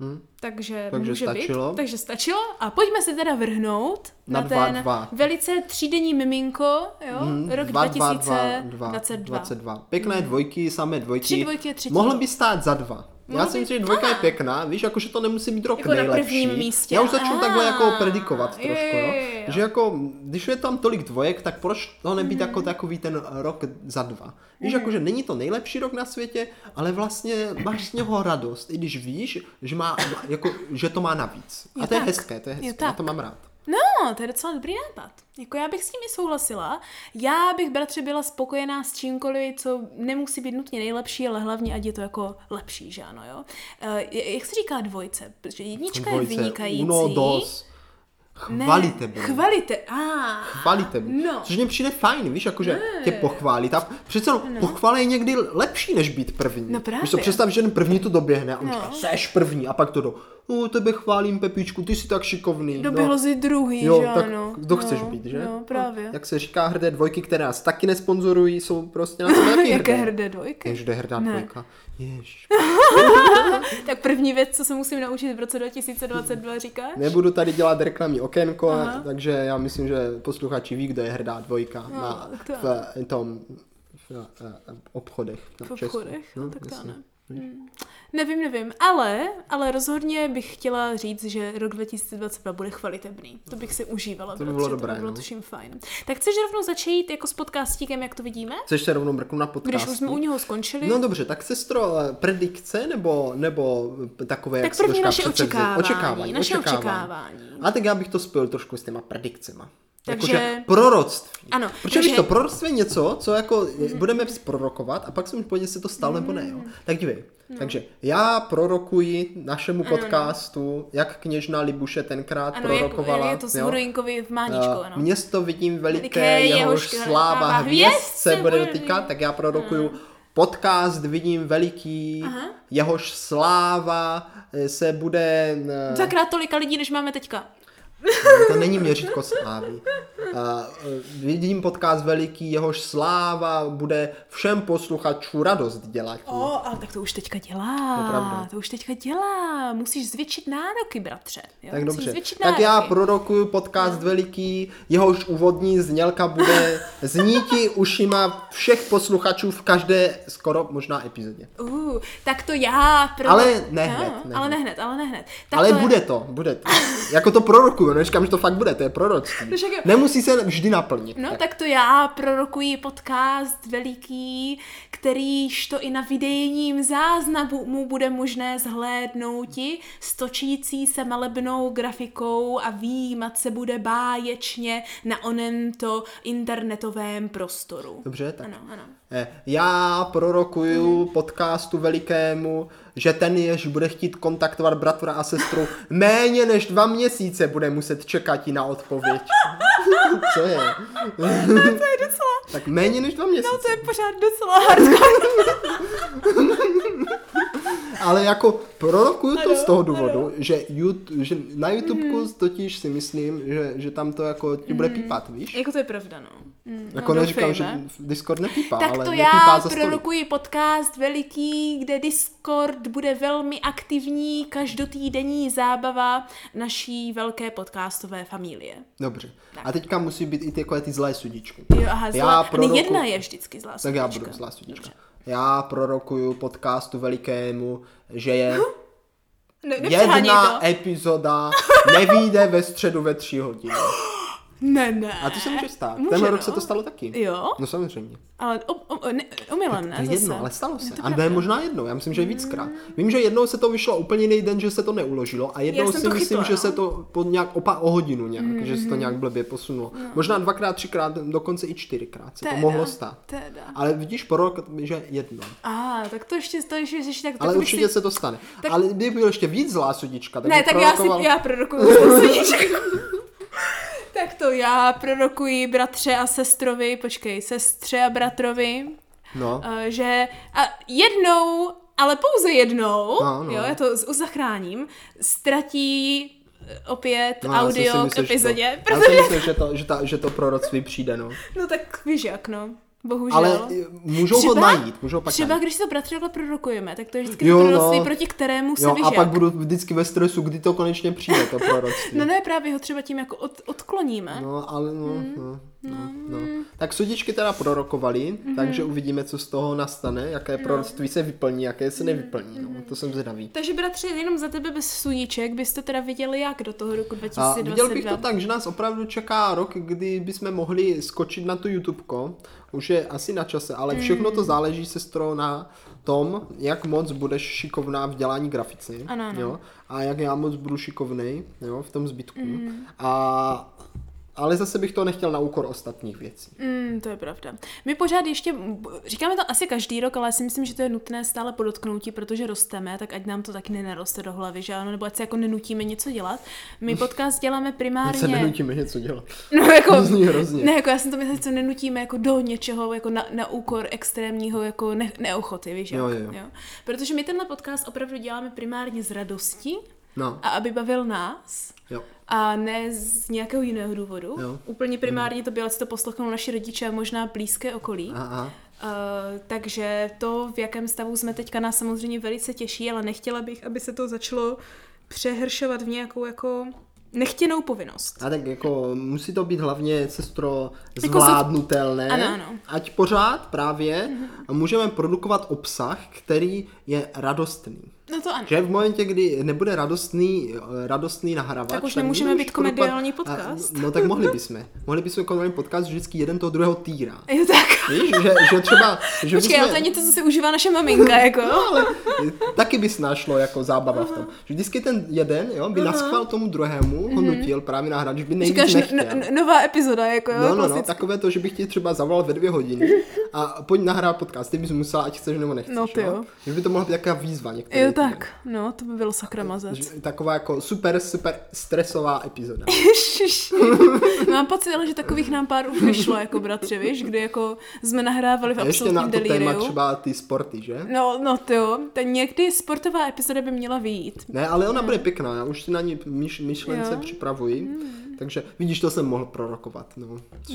Speaker 1: Hm.
Speaker 2: Takže,
Speaker 1: Takže
Speaker 2: může
Speaker 1: stačilo.
Speaker 2: být. Takže stačilo. A pojďme se teda vrhnout
Speaker 1: Na
Speaker 2: na,
Speaker 1: dva,
Speaker 2: ten
Speaker 1: dva. Hm.
Speaker 2: velice třídenní miminko, jo? Rok
Speaker 1: Dva, dva, dva, dva,
Speaker 2: 2022.
Speaker 1: 22. Pěkné dvojky, samé dvojky.
Speaker 2: Hmm. Tři dvojky je třetí
Speaker 1: Mohl
Speaker 2: rok.
Speaker 1: by stát za dva. Já
Speaker 2: Mohl
Speaker 1: si
Speaker 2: by-
Speaker 1: myslím, že dvojka je
Speaker 2: Aha.
Speaker 1: pěkná, víš, jakože to nemusí být rok
Speaker 2: Jako na
Speaker 1: nejlepší.
Speaker 2: prvním místě.
Speaker 1: Já už začnu
Speaker 2: Aha.
Speaker 1: takhle jako predikovat trošku,
Speaker 2: Jo,
Speaker 1: jo.
Speaker 2: jo, jo, jo.
Speaker 1: Že jako, když je tam tolik dvojek, tak proč to nebýt
Speaker 2: Mhm.
Speaker 1: jako takový ten rok za dva? Víš, jakože není to nejlepší rok na světě, ale vlastně máš z něho radost, i když víš, že, má, jako, že to má navíc. A
Speaker 2: Je
Speaker 1: to je
Speaker 2: tak.
Speaker 1: hezké, to je
Speaker 2: Je
Speaker 1: hezké, já to
Speaker 2: tak.
Speaker 1: mám rád.
Speaker 2: No, to je docela dobrý nápad. Jako já bych s tím i souhlasila. Já bych, bratře, byla spokojená s čímkoliv, co nemusí být nutně nejlepší, ale hlavně, ať je to jako lepší, že ano, jo. Eh, jak se říká dvojce? Protože jednička je vynikající.
Speaker 1: uno, dos,
Speaker 2: Ne,
Speaker 1: chvalite, bro.
Speaker 2: Chvalite, a.
Speaker 1: chválit tebe.
Speaker 2: No.
Speaker 1: Což mě přijde fajn, víš, jakože tě pochválit. A přece no, pochvala je někdy lepší, než být první.
Speaker 2: No právě.
Speaker 1: Víš to představ, že ten první to doběhne a on
Speaker 2: No.
Speaker 1: říká, seš první. A pak to do, o, tebe chválím, Pepičku, ty jsi tak šikovný. No.
Speaker 2: Doběhlo si druhý,
Speaker 1: Jo,
Speaker 2: že
Speaker 1: tak
Speaker 2: ano.
Speaker 1: kdo
Speaker 2: no,
Speaker 1: chceš být, že?
Speaker 2: No, právě.
Speaker 1: Jak se říká, hrdé dvojky, které nás taky nesponzorují, jsou prostě na sebe taky
Speaker 2: Jaké
Speaker 1: hrdé.
Speaker 2: hrdé dvojky.
Speaker 1: Jež, jde hrdá
Speaker 2: Ne.
Speaker 1: dvojka. Jež.
Speaker 2: Tak první věc, co se musím naučit v roce 2022, říkáš?
Speaker 1: Nebudu tady dělat reklamní okénko,
Speaker 2: Aha.
Speaker 1: takže já myslím, že posluchači ví, kdo je hrdá dvojka
Speaker 2: No,
Speaker 1: na,
Speaker 2: tak to
Speaker 1: v eh, tom v, eh, obchodech. na
Speaker 2: V
Speaker 1: Česku.
Speaker 2: obchodech, no, tak to
Speaker 1: jasně.
Speaker 2: ne. Mm. Nevím, nevím, ale, ale rozhodně bych chtěla říct, že rok 2022 bude chvalitebný. To bych si užívala.
Speaker 1: To by
Speaker 2: bratře,
Speaker 1: bylo
Speaker 2: To
Speaker 1: dobré,
Speaker 2: by bylo
Speaker 1: no.
Speaker 2: tuším fajn. Tak chceš rovnou začít jako s podcastíkem, jak to vidíme?
Speaker 1: Chceš se rovnou mrknout na podcast?
Speaker 2: Když už jsme u něho skončili.
Speaker 1: No dobře, tak sestro, eh, predikce nebo, nebo eh, takové, jak
Speaker 2: tak
Speaker 1: se to
Speaker 2: první
Speaker 1: říká,
Speaker 2: naše
Speaker 1: předsevzetí?
Speaker 2: očekávání,
Speaker 1: očekávání,
Speaker 2: Naše
Speaker 1: očekávání.
Speaker 2: očekávání.
Speaker 1: A tak já bych to spojil trošku s těma predikcema.
Speaker 2: Takže-
Speaker 1: Jakože proroctví.
Speaker 2: Ano,
Speaker 1: Protože
Speaker 2: takže-
Speaker 1: víš to, proroctví je něco, co jako mm. budeme prorokovat a pak se mi podívat, jestli to stalo nebo ne. Jo?
Speaker 2: Mm.
Speaker 1: Tak dívej. No. Takže já prorokuji našemu podcastu, jak kněžná Libuše tenkrát
Speaker 2: no. Ano, jako,
Speaker 1: prorokovala.
Speaker 2: je to s
Speaker 1: jo?
Speaker 2: Hurojinkovi v Máničku,
Speaker 1: Uh,
Speaker 2: ano.
Speaker 1: město vidím veliké,
Speaker 2: Veliké,
Speaker 1: jehož
Speaker 2: jehož
Speaker 1: sláva
Speaker 2: sláva
Speaker 1: hvězd
Speaker 2: hvězd
Speaker 1: se
Speaker 2: se
Speaker 1: bude
Speaker 2: bude-
Speaker 1: dotýkat, tak já produkuju podcast vidím veliký, jehož sláva eh, se bude... eh,
Speaker 2: Dvakrát tolika lidí, než máme teďka.
Speaker 1: To není měřítko slávy. Eh, eh, Vidím podcast veliký, jehož sláva bude všem posluchačů radost dělat.
Speaker 2: O, ale tak to už teďka dělá.
Speaker 1: To je pravda.
Speaker 2: To už teďka dělá. Musíš zvětšit nároky, bratře. Jo?
Speaker 1: Tak
Speaker 2: Musíš
Speaker 1: dobře.
Speaker 2: Zvětšit
Speaker 1: Tak
Speaker 2: nároky. No.
Speaker 1: já prorokuju podcast veliký, jehož úvodní znělka bude zníti ušima všech posluchačů v každé skoro možná epizodě.
Speaker 2: Uh, tak to já pro...
Speaker 1: Ale ne hned,
Speaker 2: No,
Speaker 1: ne
Speaker 2: ale
Speaker 1: hned.
Speaker 2: ne hned, ale ne hned. Tak
Speaker 1: Ale
Speaker 2: to je-
Speaker 1: bude to, bude to. Jako to prorokuju, neříkám, že to fakt bude, to je proroctví.
Speaker 2: No však jo.
Speaker 1: Nemusí se vždy naplnit.
Speaker 2: No, tak. to já prorokuji podcast veliký, kterýž to i na videjním záznamu mu bude možné zhlédnouti s točící se malebnou grafikou a výjímat se bude báječně na onemto internetovém prostoru.
Speaker 1: Dobře, tak.
Speaker 2: Ano, Mhm. ano.
Speaker 1: Eh, Já prorokuju podcastu velikému, že ten, jež bude chtít kontaktovat bratra a sestru, méně než dva měsíce bude muset čekat na odpověď. Co je?
Speaker 2: To je docela,
Speaker 1: Tak méně než dva měsíce.
Speaker 2: no to je pořád docela hardcore.
Speaker 1: Ale jako prorokuju to
Speaker 2: Ano, Hmm.
Speaker 1: z toho důvodu, že, YouTube, že na YouTubeku totiž si myslím, že, že tam to jako ti bude pípat, víš?
Speaker 2: Jako to je pravda, no. Mm,
Speaker 1: Jako
Speaker 2: no,
Speaker 1: neříkám, že
Speaker 2: doufejme.
Speaker 1: Discord nepípá,
Speaker 2: Tak
Speaker 1: ale
Speaker 2: to
Speaker 1: nepípá
Speaker 2: já
Speaker 1: za stolik.
Speaker 2: prorokuji podcast veliký, kde Discord bude velmi aktivní, každotýdenní zábava naší velké podcastové familie.
Speaker 1: Dobře. A teďka musí být i ty, jako ty zlé sudičky.
Speaker 2: Jo, aha, zlá, ne, jedna je vždycky zlá
Speaker 1: Tak já budu
Speaker 2: sudička.
Speaker 1: zlá sudička.
Speaker 2: Dobře.
Speaker 1: Já prorokuju podcastu velikému, že je
Speaker 2: Ne, nepřeháněj
Speaker 1: jedna
Speaker 2: to.
Speaker 1: epizoda nevíde ve středu ve tři hodiny.
Speaker 2: Ne, ne.
Speaker 1: A to se může stát.
Speaker 2: Může,
Speaker 1: Tenhle
Speaker 2: no.
Speaker 1: rok se to stalo taky.
Speaker 2: Jo?
Speaker 1: No samozřejmě.
Speaker 2: Ale o, o, o, ne, omylem, ne?
Speaker 1: To je
Speaker 2: zase.
Speaker 1: jedno, ale stalo se. A ne, možná jednou, já myslím, že víckrát.
Speaker 2: Mm.
Speaker 1: Vím, že jednou se to vyšlo úplně jiný den, že se to neuložilo a jednou si
Speaker 2: jsem to
Speaker 1: myslím,
Speaker 2: chytla,
Speaker 1: že
Speaker 2: no. Mm.
Speaker 1: se to pod nějak opa o hodinu nějak, že se to nějak blbě posunulo.
Speaker 2: No.
Speaker 1: Možná dvakrát, třikrát, dokonce i čtyřikrát se to
Speaker 2: Teda,
Speaker 1: mohlo stát.
Speaker 2: Teda.
Speaker 1: Ale vidíš po rok, že jedno.
Speaker 2: A, tak to ještě, to prostě ještě, ještě tak.
Speaker 1: Ale
Speaker 2: tak bych
Speaker 1: určitě
Speaker 2: si...
Speaker 1: se to stane. Ale kdyby byl ještě víc zlá sudička, tak
Speaker 2: Ne,
Speaker 1: bych
Speaker 2: tak já si,
Speaker 1: prorokoval-
Speaker 2: já prorokuju zlou srdíčku. Tak to já prorokuji bratře a sestrovi, počkej, sestře a bratrovi,
Speaker 1: No,
Speaker 2: eh, že a jednou, ale pouze jednou,
Speaker 1: No, no.
Speaker 2: jo, já to z- zachráním, ztratí eh, opět
Speaker 1: no, já jsem si
Speaker 2: audio k
Speaker 1: myslel, že to-
Speaker 2: epizodě,
Speaker 1: Já
Speaker 2: protože,
Speaker 1: si myslím, že to, že, ta, že to proroctví přijde, no.
Speaker 2: no tak víš jak, no, bohužel.
Speaker 1: Ale eh, můžou ho najít, můžou pak
Speaker 2: třeba
Speaker 1: najít.
Speaker 2: když se bratře takhle prorokujeme, tak to je vždycky
Speaker 1: Jo,
Speaker 2: jo,
Speaker 1: no.
Speaker 2: proroctví, proti kterému se
Speaker 1: Jo,
Speaker 2: víš
Speaker 1: a pak
Speaker 2: jak.
Speaker 1: budu vždycky ve stresu, kdy to konečně přijde, to proroctví.
Speaker 2: No ne, právě ho třeba tím jako od, odkloníme.
Speaker 1: No, ale no, no, no, Mhm. no. Tak sudičky teda prorokovali, takže uvidíme, co z toho nastane, jaké proroctví se vyplní, jaké se nevyplní, no, to jsem zvědavý.
Speaker 2: Takže bratře, jenom za tebe bez sluníček byste teda viděli jak do toho roku
Speaker 1: A viděl bych
Speaker 2: 2022.
Speaker 1: to tak, že nás opravdu čeká rok, kdy bychom mohli skočit na to YouTubeko. Už je asi na čase, ale všechno
Speaker 2: Hmm.
Speaker 1: to záleží, sestro, na tom, jak moc budeš šikovná v dělání grafici.
Speaker 2: Ano, ano.
Speaker 1: Jo? A jak já moc budu šikovnej jo, v tom zbytku.
Speaker 2: Hmm.
Speaker 1: A, ale zase bych to nechtěl na úkor ostatních věcí.
Speaker 2: Mm, to je pravda. My pořád ještě, říkáme to asi každý rok, ale já si myslím, že to je nutné stále podotknoutí, protože rosteme, tak ať nám to taky nenaroste do hlavy, že ano, nebo ať se jako nenutíme něco dělat. My podcast děláme
Speaker 1: Ať se
Speaker 2: primárně...
Speaker 1: nenutíme něco dělat.
Speaker 2: No jako,
Speaker 1: To zní hrozně.
Speaker 2: ne, jako já jsem to myslela, že se nenutíme jako do něčeho, jako na, na úkor extrémního jako ne, neochoty, víš jak?
Speaker 1: Jo, jo, jo.
Speaker 2: Protože my tenhle podcast opravdu děláme primárně z radosti
Speaker 1: No,
Speaker 2: a aby bavil nás.
Speaker 1: jo.
Speaker 2: A ne z nějakého jiného důvodu.
Speaker 1: Jo. Mhm.
Speaker 2: Úplně primárně to bylo, ať si to poslechnou naši rodiče a možná blízké okolí. Uh,
Speaker 1: Aha.
Speaker 2: takže to, v jakém stavu jsme teďka, nás samozřejmě velice těší, ale nechtěla bych, aby se to začalo přehršovat v nějakou jako nechtěnou povinnost.
Speaker 1: A tak jako musí to být hlavně, sestro,
Speaker 2: Jako zod-
Speaker 1: zvládnutelné.
Speaker 2: Ano, ano.
Speaker 1: Ať pořád právě můžeme produkovat obsah, který je radostný.
Speaker 2: No to ano.
Speaker 1: Že v momentě, kdy nebude radostný, eh, radostný nahrávač,
Speaker 2: Tak už nemůžeme
Speaker 1: budeme
Speaker 2: být
Speaker 1: škropat-
Speaker 2: komediální podcast.
Speaker 1: A, no tak mohli bychom. Mohli bychom komediální podcast vždycky jeden toho druhého týrá.
Speaker 2: Je to tak.
Speaker 1: Víš, že, že třeba... Že
Speaker 2: Počkej, ale to je něco, co si užívá naše maminka, jako.
Speaker 1: No, ale taky bys našlo jako zábava v tom. Že vždycky ten jeden, jo, by naschval tomu druhému, ho nutil právě na hrač, by nejvíc
Speaker 2: Mhm. Říkáš,
Speaker 1: nechtěl.
Speaker 2: no, no, nová epizoda, jako
Speaker 1: No, no, no,
Speaker 2: klasicky.
Speaker 1: takové to, že bych ti třeba zavolal ve dvě hodiny a pojď nahrát podcast, ty bys musela, ať chceš nebo nechceš.
Speaker 2: No, ty jo.
Speaker 1: Že by to mohla být taková výzva některým.
Speaker 2: Jo tak, no, to by bylo sakra mazec.
Speaker 1: lidem. Že- Taková jako super, super stresová epizoda.
Speaker 2: Ježiši. Mám pocit, ale že takových nám pár už vyšlo, jako bratře, víš, kdy jako jsme nahrávali v
Speaker 1: A ještě na
Speaker 2: absolutním
Speaker 1: to téma
Speaker 2: delíriu.
Speaker 1: třeba ty sporty, že?
Speaker 2: No, no to jo, ten někdy sportová epizoda by měla vyjít.
Speaker 1: Ne, ale ona bude pěkná, já už si na ní myš, myšlence
Speaker 2: Jo. Hmm.
Speaker 1: připravuji. Takže vidíš, to jsem mohl prorokovat. No,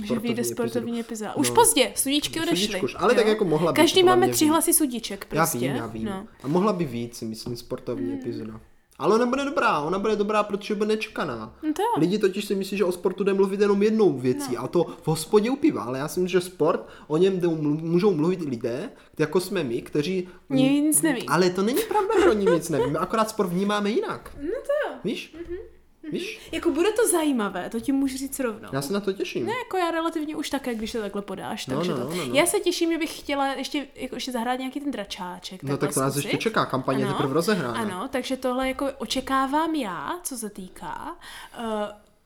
Speaker 2: Že vyjde
Speaker 1: epizodu.
Speaker 2: sportovní epizoda. Už
Speaker 1: No.
Speaker 2: pozdě, sudíčky odešly.
Speaker 1: Sudíčku už, ale tak jako mohla být,
Speaker 2: Každý
Speaker 1: podle
Speaker 2: máme
Speaker 1: mě
Speaker 2: tři
Speaker 1: víc.
Speaker 2: hlasy sudíček prostě.
Speaker 1: Já vím, já vím.
Speaker 2: No. Hmm.
Speaker 1: A mohla by víc, si myslím, sportovní epizoda. Ale ona bude dobrá, ona bude dobrá, protože bude nečekaná.
Speaker 2: No to jo.
Speaker 1: Lidi totiž si myslí, že o sportu jde mluvit jenom jednou věcí, a to v hospodě u piva, ale já si myslím, že sport, o něm jdou, mlu- můžou mluvit lidé, jako jsme my, kteří...
Speaker 2: Nic neví.
Speaker 1: Ale to není pravda, že o něm nic nevíme, akorát sport vnímáme jinak. No to jo. Mhm. Víš? Víš?
Speaker 2: Jako bude to zajímavé, to ti můžu říct rovnou.
Speaker 1: Já se na to těším.
Speaker 2: Ne, jako já relativně už také, když to takhle podáš.
Speaker 1: No,
Speaker 2: takže
Speaker 1: no,
Speaker 2: to...
Speaker 1: no, no.
Speaker 2: Já se těším, že bych chtěla ještě, jako ještě zahrát nějaký ten dračáček.
Speaker 1: No tak to nás
Speaker 2: zkusit.
Speaker 1: ještě čeká, kampaně
Speaker 2: Ano,
Speaker 1: teprve rozehrána.
Speaker 2: Ano, takže tohle jako očekávám já, co se týká. Uh,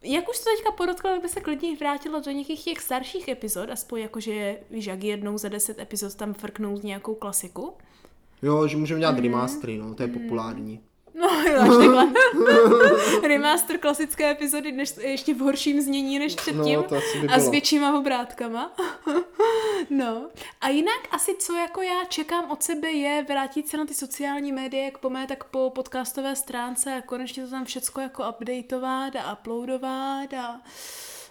Speaker 2: jak už to teďka podotkla, tak by se klidně vrátila do nějakých těch starších epizod, aspoň jako, že víš, jak jednou za deset epizod tam frknout nějakou klasiku.
Speaker 1: Jo, že můžeme dělat remastery, no, to je populární.
Speaker 2: No jo, až takhle. Remaster klasické epizody než, ještě v horším znění než předtím.
Speaker 1: No, to asi by
Speaker 2: a s
Speaker 1: bylo.
Speaker 2: většíma obrátkama. no. A jinak asi co jako já čekám od sebe je vrátit se na ty sociální média, jak po mé, tak po podcastové stránce a konečně to tam všecko jako updateovat a uploadovat a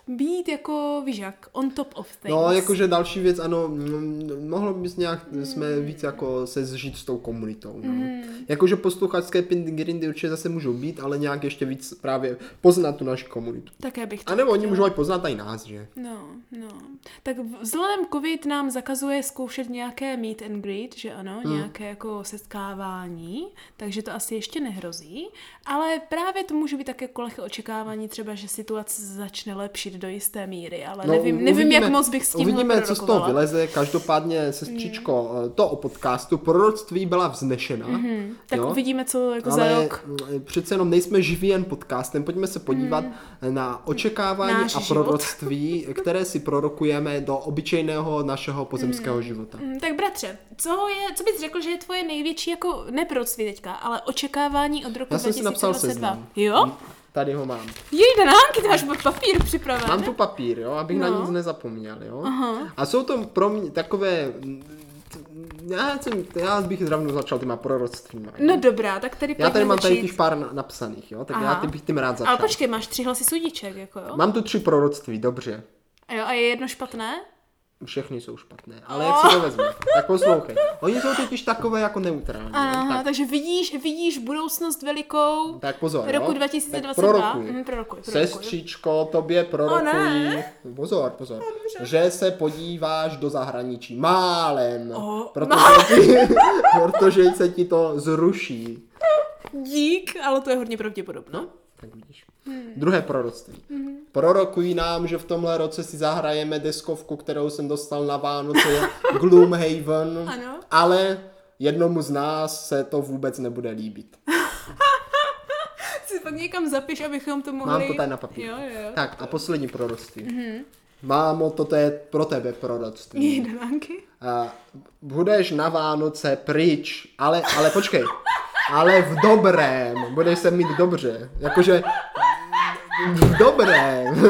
Speaker 2: být jako, víš jak, on top of things.
Speaker 1: No, jakože další věc, ano, mm, mohlo bys nějak,
Speaker 2: Hmm.
Speaker 1: jsme víc jako se zžít s tou komunitou. No. Jakože posluchačské pin- grindy určitě zase můžou být, ale nějak ještě víc právě poznat tu naši komunitu.
Speaker 2: Také bych to
Speaker 1: A nebo oni můžou aj poznat i nás, že?
Speaker 2: No, no. Tak vzhledem covid nám zakazuje zkoušet nějaké meet and greet, že ano, hmm. nějaké jako setkávání, takže to asi ještě nehrozí, ale právě to může být také kolech očekávání třeba, že situace se začne lepšit do jisté míry, ale no, nevím, nevím jak moc bych s tím
Speaker 1: Uvidíme, co z toho vyleze. Každopádně, sestřičko,
Speaker 2: Hmm.
Speaker 1: to o podcastu, proroctví byla vznešena. Mm-hmm.
Speaker 2: Mhm. Tak uvidíme, co jako za rok.
Speaker 1: mm, přece jenom nejsme živí jen podcastem. Pojďme se podívat na očekávání
Speaker 2: Hmm. Náš
Speaker 1: a
Speaker 2: život.
Speaker 1: proroctví, které si prorokujeme do obyčejného našeho pozemského života.
Speaker 2: Mm, Tak bratře, co, je, co bys řekl, že je tvoje největší, jako ne proroctví teďka, ale očekávání od roku
Speaker 1: Já jsem si napsal
Speaker 2: 2022?
Speaker 1: seznam. Hm, Hmm.
Speaker 2: Jo?
Speaker 1: Tady ho mám.
Speaker 2: Jej, Danánky, ty máš papír připraven.
Speaker 1: Mám tu papír, jo, abych no. na
Speaker 2: No.
Speaker 1: nic nezapomněl, jo. Aha. A jsou to pro mě takové... mm, t- Já, jsem, já bych zrovna začal těma proroctvíma. jo.
Speaker 2: No dobrá, tak tady
Speaker 1: já tady
Speaker 2: pojďme
Speaker 1: mám tady
Speaker 2: začít.
Speaker 1: těch pár na- napsaných, jo, tak
Speaker 2: Aha.
Speaker 1: já ty bych tím rád začal.
Speaker 2: Ale počkej, máš tři hlasy sudíček, jako jo?
Speaker 1: Mám tu tři proroctví, dobře.
Speaker 2: A jo, a je jedno špatné?
Speaker 1: Všechny jsou špatné, ale jak
Speaker 2: Oh.
Speaker 1: si to vezmu? Tak poslouchej. Oni jsou totiž takové jako neutrální. jo,
Speaker 2: Aha,
Speaker 1: tak,
Speaker 2: tak. takže vidíš, vidíš budoucnost velikou
Speaker 1: tak pozor,
Speaker 2: roku
Speaker 1: jo? Tak
Speaker 2: 2022.
Speaker 1: prorokuj.
Speaker 2: Mhm, prorokuj, prorokuj.
Speaker 1: Sestřičko, tobě
Speaker 2: O,
Speaker 1: prorokuji,
Speaker 2: ne.
Speaker 1: pozor, pozor, že se podíváš do zahraničí málem,
Speaker 2: O,
Speaker 1: protože, ti, protože se ti to zruší.
Speaker 2: Dík, ale to je hodně pravděpodobno.
Speaker 1: Tak vidíš.
Speaker 2: Hmm.
Speaker 1: Druhé proroctví. Prorokují nám, že v tomhle roce si zahrajeme deskovku, kterou jsem dostal na Vánoce, Gloomhaven,
Speaker 2: Ano.
Speaker 1: ale jednomu z nás se to vůbec nebude líbit.
Speaker 2: Si pak někam zapiš, abychom to mohli...
Speaker 1: Mám to tady na papíru.
Speaker 2: Jo, jo, Mhm. jo.
Speaker 1: Tak a poslední proroctví. Mámo, toto je pro tebe proroctví.
Speaker 2: Jedanky.
Speaker 1: A budeš na Vánoce pryč, ale, ale počkej, ale v dobrém, budeš se mít dobře, jakože v dobrém.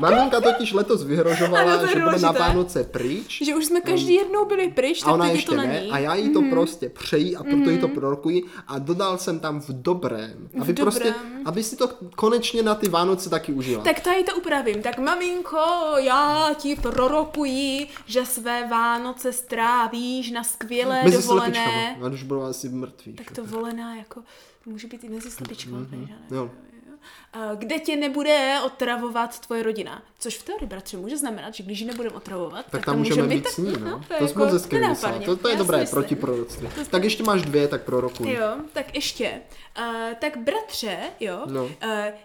Speaker 1: Maminka totiž letos vyhrožovala,
Speaker 2: Ano, to je
Speaker 1: že bude na
Speaker 2: důležité.
Speaker 1: Vánoce pryč
Speaker 2: Že už jsme každý jednou byli pryč,
Speaker 1: Mm. a
Speaker 2: tak
Speaker 1: ona
Speaker 2: teď je to Mhm.
Speaker 1: ještě
Speaker 2: na
Speaker 1: ne
Speaker 2: ní.
Speaker 1: a já jí to prostě přeji a proto jí to prorokuji a dodal jsem tam v dobrém, aby, Prostě,
Speaker 2: dobrém.
Speaker 1: aby si to konečně na ty Vánoce taky užila.
Speaker 2: Tak tady to upravím. Tak maminko, já ti prorokuji, že své Vánoce strávíš na skvělé
Speaker 1: Mezi
Speaker 2: dovolené.
Speaker 1: no. slepičkama, já už budu asi mrtvý.
Speaker 2: Tak to volená jako může být i mezi slepičkami. Mm-hmm.
Speaker 1: Mhm, Jo.
Speaker 2: eh, kde tě nebude otravovat tvoje rodina. Což v teorii, bratře, může znamenat, že když ji nebudeme otravovat, tak,
Speaker 1: Tak tam můžeme být s ní,
Speaker 2: vytrhnout.
Speaker 1: no.
Speaker 2: je
Speaker 1: To jsi moc
Speaker 2: jako
Speaker 1: hezky vymyslela.
Speaker 2: nenápadně.
Speaker 1: To, to je
Speaker 2: Já si
Speaker 1: dobré
Speaker 2: myslím.
Speaker 1: protiproroctví. Tak ještě máš dvě, tak prorokuj.
Speaker 2: Jo, tak ještě. Uh, tak bratře, jo,
Speaker 1: No.
Speaker 2: uh,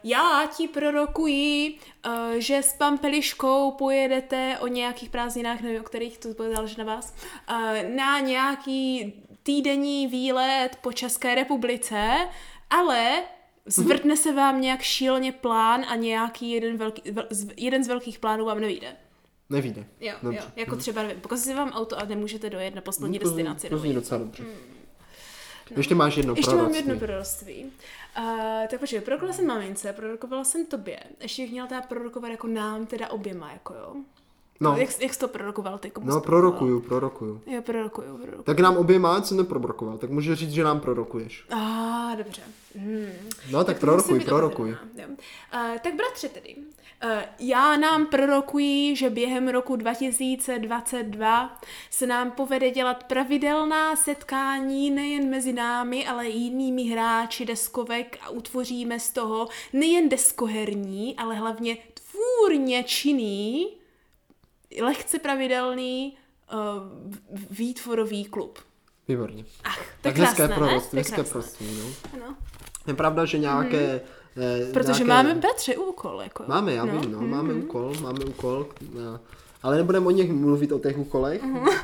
Speaker 2: já ti prorokuji, uh, že s pampeliškou pojedete o nějakých prázdninách, nevím, o kterých, to bude záležet na vás, uh, na nějaký týdenní výlet po České republice, ale zvrtne se vám nějak šíleně plán a nějaký jeden, velký, vel, z- jeden z velkých plánů vám nevíde.
Speaker 1: Nevíde.
Speaker 2: Jo,
Speaker 1: Dobře. Mhm.
Speaker 2: jo. Jako třeba, nevím, pokazí se vám auto a nemůžete dojet na poslední
Speaker 1: to, zní-
Speaker 2: destinaci. no.
Speaker 1: to
Speaker 2: nebo
Speaker 1: zní docela dobře. No. Ještě máš jedno
Speaker 2: ještě
Speaker 1: Jako proroctví.
Speaker 2: mám jedno proroctví. Uh, tak počkej, prorokovala jsem mamince, prorokovala jsem tobě. Ještě bych měla teda prorokovat jako nám, teda oběma, jako jo.
Speaker 1: No,
Speaker 2: Jak, jak jsi to prorokoval ty? komu
Speaker 1: no
Speaker 2: jsi to
Speaker 1: prorokuju, prorokuju.
Speaker 2: prorokoval? Jo, prorokuju, prorokuju.
Speaker 1: Tak nám oběma, co neprobrokoval, tak můžeš říct, že nám prorokuješ.
Speaker 2: A, ah, dobře. Hmm.
Speaker 1: No, tak
Speaker 2: to musím
Speaker 1: prorokuj,
Speaker 2: být
Speaker 1: prorokuj.
Speaker 2: opatrná, jo. Eh, tak bratře tedy, eh, já nám prorokuji, že během roku 2022 se nám povede dělat pravidelná setkání nejen mezi námi, ale i jinými hráči deskovek a utvoříme z toho nejen deskoherní, ale hlavně tvůrně činný, lehce pravidelný eh, v- výtvorový klub.
Speaker 1: Výborně.
Speaker 2: Ach, to
Speaker 1: Tak
Speaker 2: krásné,
Speaker 1: hezké
Speaker 2: ne? To
Speaker 1: proroctví,
Speaker 2: je
Speaker 1: hezké
Speaker 2: krásné.
Speaker 1: proroctví, no.
Speaker 2: Ano.
Speaker 1: Je pravda, že nějaké... eh,
Speaker 2: Protože
Speaker 1: nějaké...
Speaker 2: máme Mhm. bratře úkol, jako. jo.
Speaker 1: Máme, já no. vím, no. Máme úkol, máme úkol. eh, Ale nebudeme o nich mluvit, o těch úkolech.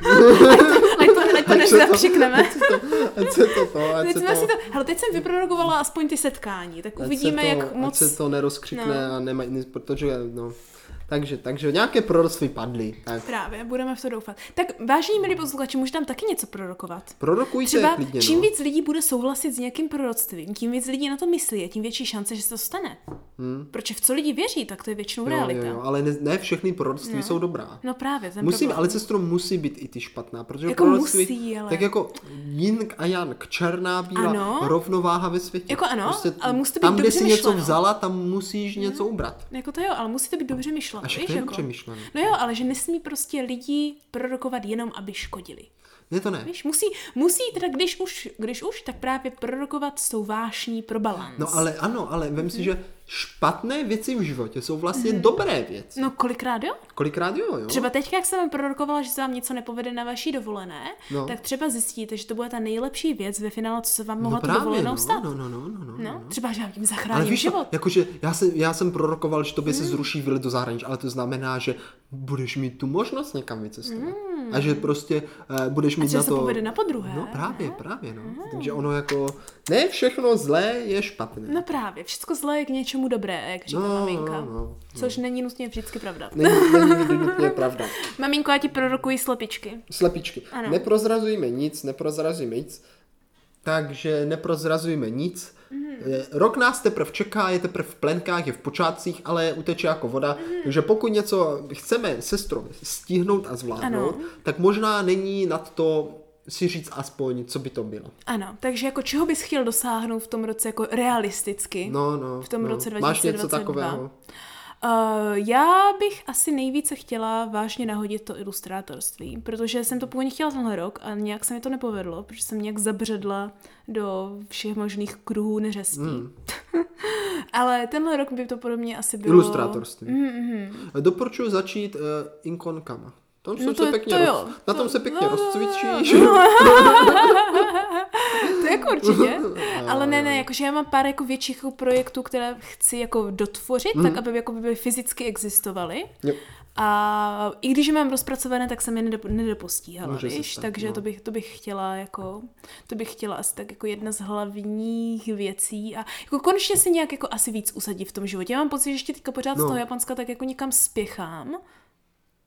Speaker 2: Ať to, ať to nezapřikneme.
Speaker 1: Ať se to to, ať
Speaker 2: Teď,
Speaker 1: se
Speaker 2: jsme si
Speaker 1: to...
Speaker 2: to, hele, teď jsem vyprorokovala aspoň ty setkání, tak
Speaker 1: ať se
Speaker 2: uvidíme,
Speaker 1: to,
Speaker 2: jak
Speaker 1: Ať
Speaker 2: moc...
Speaker 1: se to nerozkřikne
Speaker 2: No.
Speaker 1: a nemají, protože, no... Takže, takže nějaké proroctví padly. Tak
Speaker 2: Právě, budeme v to doufat. Tak vážení milí posluchači, můžu tam taky něco prorokovat.
Speaker 1: prorokujte
Speaker 2: Třeba
Speaker 1: klidně,
Speaker 2: čím
Speaker 1: no.
Speaker 2: víc lidí bude souhlasit s nějakým proroctvím, tím víc lidí na to myslí a tím větší šance, že se to stane. Hmm. Protože v co lidi věří, tak to je většinou
Speaker 1: Jo,
Speaker 2: realita.
Speaker 1: jo, jo, ale ne, ne všechny proroctví jsou dobrá.
Speaker 2: No právě, ten
Speaker 1: Musí,
Speaker 2: problém.
Speaker 1: ale sestro, musí být i ty špatná, protože
Speaker 2: Jako
Speaker 1: proroctví,
Speaker 2: musí, ale-
Speaker 1: tak jako Ying a Yang, černá, bílá,
Speaker 2: Ano.
Speaker 1: rovnováha ve světě. Prostě
Speaker 2: Jako ano, ale musí to být
Speaker 1: Tam, kde
Speaker 2: dobře
Speaker 1: jsi něco
Speaker 2: myšleno.
Speaker 1: vzala, tam musíš něco ubrat.
Speaker 2: Jako to jo, ale musí to být dobře myšleno.
Speaker 1: A
Speaker 2: víš,
Speaker 1: všechno je
Speaker 2: jako.
Speaker 1: dobře myšleno.
Speaker 2: No jo, ale že nesmí prostě lidi prorokovat jenom, aby škodili.
Speaker 1: Ne, to ne.
Speaker 2: Víš, musí, musí teda, když už, když už, tak právě prorokovat jsou vášní pro balans.
Speaker 1: No ale ano, ale vem si, že špatné věci v životě jsou vlastně dobré věci.
Speaker 2: No kolikrát jo?
Speaker 1: Kolikrát jo, jo?
Speaker 2: Třeba teď, jak jsem vám prorokovala, že se vám něco nepovede na vaší dovolené,
Speaker 1: No.
Speaker 2: no. tak třeba zjistíte, že to bude ta nejlepší věc ve finále, co se vám mohla
Speaker 1: no
Speaker 2: no, tu
Speaker 1: právě,
Speaker 2: dovolenou
Speaker 1: no,
Speaker 2: stát.
Speaker 1: no, no, no, no, no.
Speaker 2: No, třeba, že vám tím
Speaker 1: Ale
Speaker 2: zachráním
Speaker 1: víš,
Speaker 2: život.
Speaker 1: to, jakože já jsem, já jsem prorokoval, že
Speaker 2: Mhm.
Speaker 1: tobě se zruší výlet do zahraničí, ale to znamená, že budeš mít tu možnost někam vycestovat. A že prostě uh, budeš mít
Speaker 2: Mhm. že
Speaker 1: na
Speaker 2: se
Speaker 1: to...
Speaker 2: povede na podruhé,
Speaker 1: No právě, právě, no.
Speaker 2: Mhm.
Speaker 1: Takže ono jako, ne všechno zlé je špatné.
Speaker 2: No právě, všechno zlé je k něčemu dobré, jak říká
Speaker 1: No,
Speaker 2: maminka.
Speaker 1: no, no.
Speaker 2: Což není nutně vždycky pravda.
Speaker 1: Není, není nikdy nutně pravda.
Speaker 2: Maminko, já ti prorokuji slepičky.
Speaker 1: Slepičky.
Speaker 2: Ano.
Speaker 1: Neprozrazujme nic, neprozrazujme nic. Takže neprozrazujme nic.
Speaker 2: Mhm.
Speaker 1: Eh, Rok nás teprve čeká, je teprve v plenkách, je v počátcích, ale uteče jako voda.
Speaker 2: Mhm.
Speaker 1: Takže pokud něco chceme sestro stihnout a zvládnout,
Speaker 2: Ano.
Speaker 1: tak možná není nad to si říct aspoň, co by to bylo.
Speaker 2: Ano, takže jako čeho bys chtěl dosáhnout v tom roce jako realisticky?
Speaker 1: No, no.
Speaker 2: V tom
Speaker 1: no.
Speaker 2: roce
Speaker 1: Máš něco
Speaker 2: 2022?
Speaker 1: takového?
Speaker 2: Uh, já bych asi nejvíce chtěla vážně nahodit to ilustrátorství, protože jsem to původně chtěla tenhle rok a nějak se mi to nepovedlo, protože jsem nějak zabředla do všech možných kruhů neřestí. Mm. Ale tenhle rok by to podle mě asi bylo...
Speaker 1: Ilustrátorství.
Speaker 2: Mhm,
Speaker 1: Doporučuji začít uh, inkonkama. Tam se
Speaker 2: No to-
Speaker 1: pěkně
Speaker 2: to
Speaker 1: roz-
Speaker 2: jo,
Speaker 1: Na
Speaker 2: to-
Speaker 1: tom se pěkně
Speaker 2: no,
Speaker 1: rozcvičíš.
Speaker 2: To jako určitě. Ale ne, ne, jakože já mám pár jako větších jako projektů, které chci jako dotvořit, mm. tak aby jako by fyzicky existovaly.
Speaker 1: Jo.
Speaker 2: A i když je mám rozpracované, tak jsem je nedop, nedopostíhala,
Speaker 1: Může se
Speaker 2: víš?
Speaker 1: stát,
Speaker 2: Takže
Speaker 1: no.
Speaker 2: to, bych, to bych chtěla jako, to bych chtěla asi tak jako jedna z hlavních věcí a jako konečně se nějak jako asi víc usadit v tom životě. Já mám pocit, že ještě teďka pořád
Speaker 1: No.
Speaker 2: z toho Japonska tak jako někam spěchám.
Speaker 1: Hmm.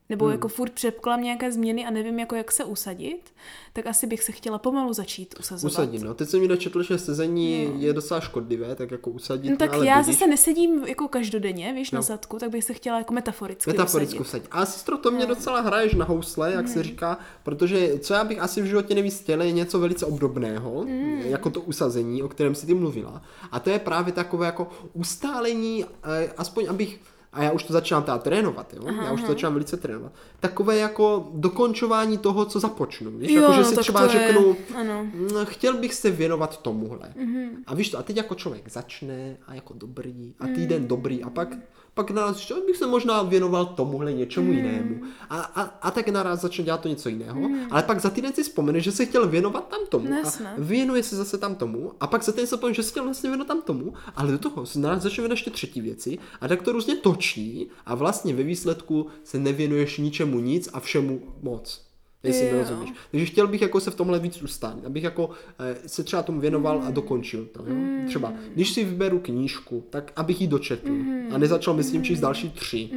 Speaker 2: Nebo jako furt předpoklám nějaké změny a nevím jako jak se usadit, tak asi bych se chtěla pomalu začít usazovat.
Speaker 1: Usadit, no. Teď jsem mi dočetl, že sezení je docela škodlivé, tak jako usadit.
Speaker 2: No tak
Speaker 1: ale
Speaker 2: já
Speaker 1: budíš.
Speaker 2: zase nesedím jako každodenně, víš,
Speaker 1: No.
Speaker 2: na zadku, tak bych se chtěla jako metaforicky
Speaker 1: Metaforicky
Speaker 2: usadit.
Speaker 1: usadit. A sestro, to mě docela hraješ na housle, jak se říká, protože co já bych asi v životě nejvíc chtěla, je něco velice obdobného,
Speaker 2: Mm.
Speaker 1: jako to usazení, o kterém si ty mluvila. A to je právě takové jako ustálení, eh, aspoň abych a já už to začínám teda trénovat, jo? já už to začínám velice trénovat. Takové jako dokončování toho, co započnu. Víš,
Speaker 2: Jo,
Speaker 1: jako, že
Speaker 2: no,
Speaker 1: si
Speaker 2: tak
Speaker 1: třeba
Speaker 2: to je-
Speaker 1: řeknu,
Speaker 2: ano.
Speaker 1: "Mm, chtěl bych se věnovat tomuhle. Mm-hmm. A víš to, a teď jako člověk začne a jako dobrý a týden dobrý a pak pak naraz že bych se možná věnoval tomuhle něčemu jinému. A, a, a tak naraz začne dělat to něco jiného, ale pak za týden si vzpomene, že se chtěl věnovat tam tomu
Speaker 2: No,
Speaker 1: a
Speaker 2: jasné.
Speaker 1: věnuje se zase tam tomu a pak za týden se povím, že se chtěl vlastně věnovat tam tomu, ale do toho se naraz začne věnovat ještě třetí věci a tak to různě točí a vlastně ve výsledku se nevěnuješ ničemu nic a všemu moc. Jestli mi
Speaker 2: Jo.
Speaker 1: rozumíš. Takže chtěl bych jako se v tomhle víc ustánit, abych jako eh, se třeba tomu věnoval a dokončil to. Jo? Třeba, když si vyberu knížku, tak abych ji dočetl a nezačal myslím číst další tři.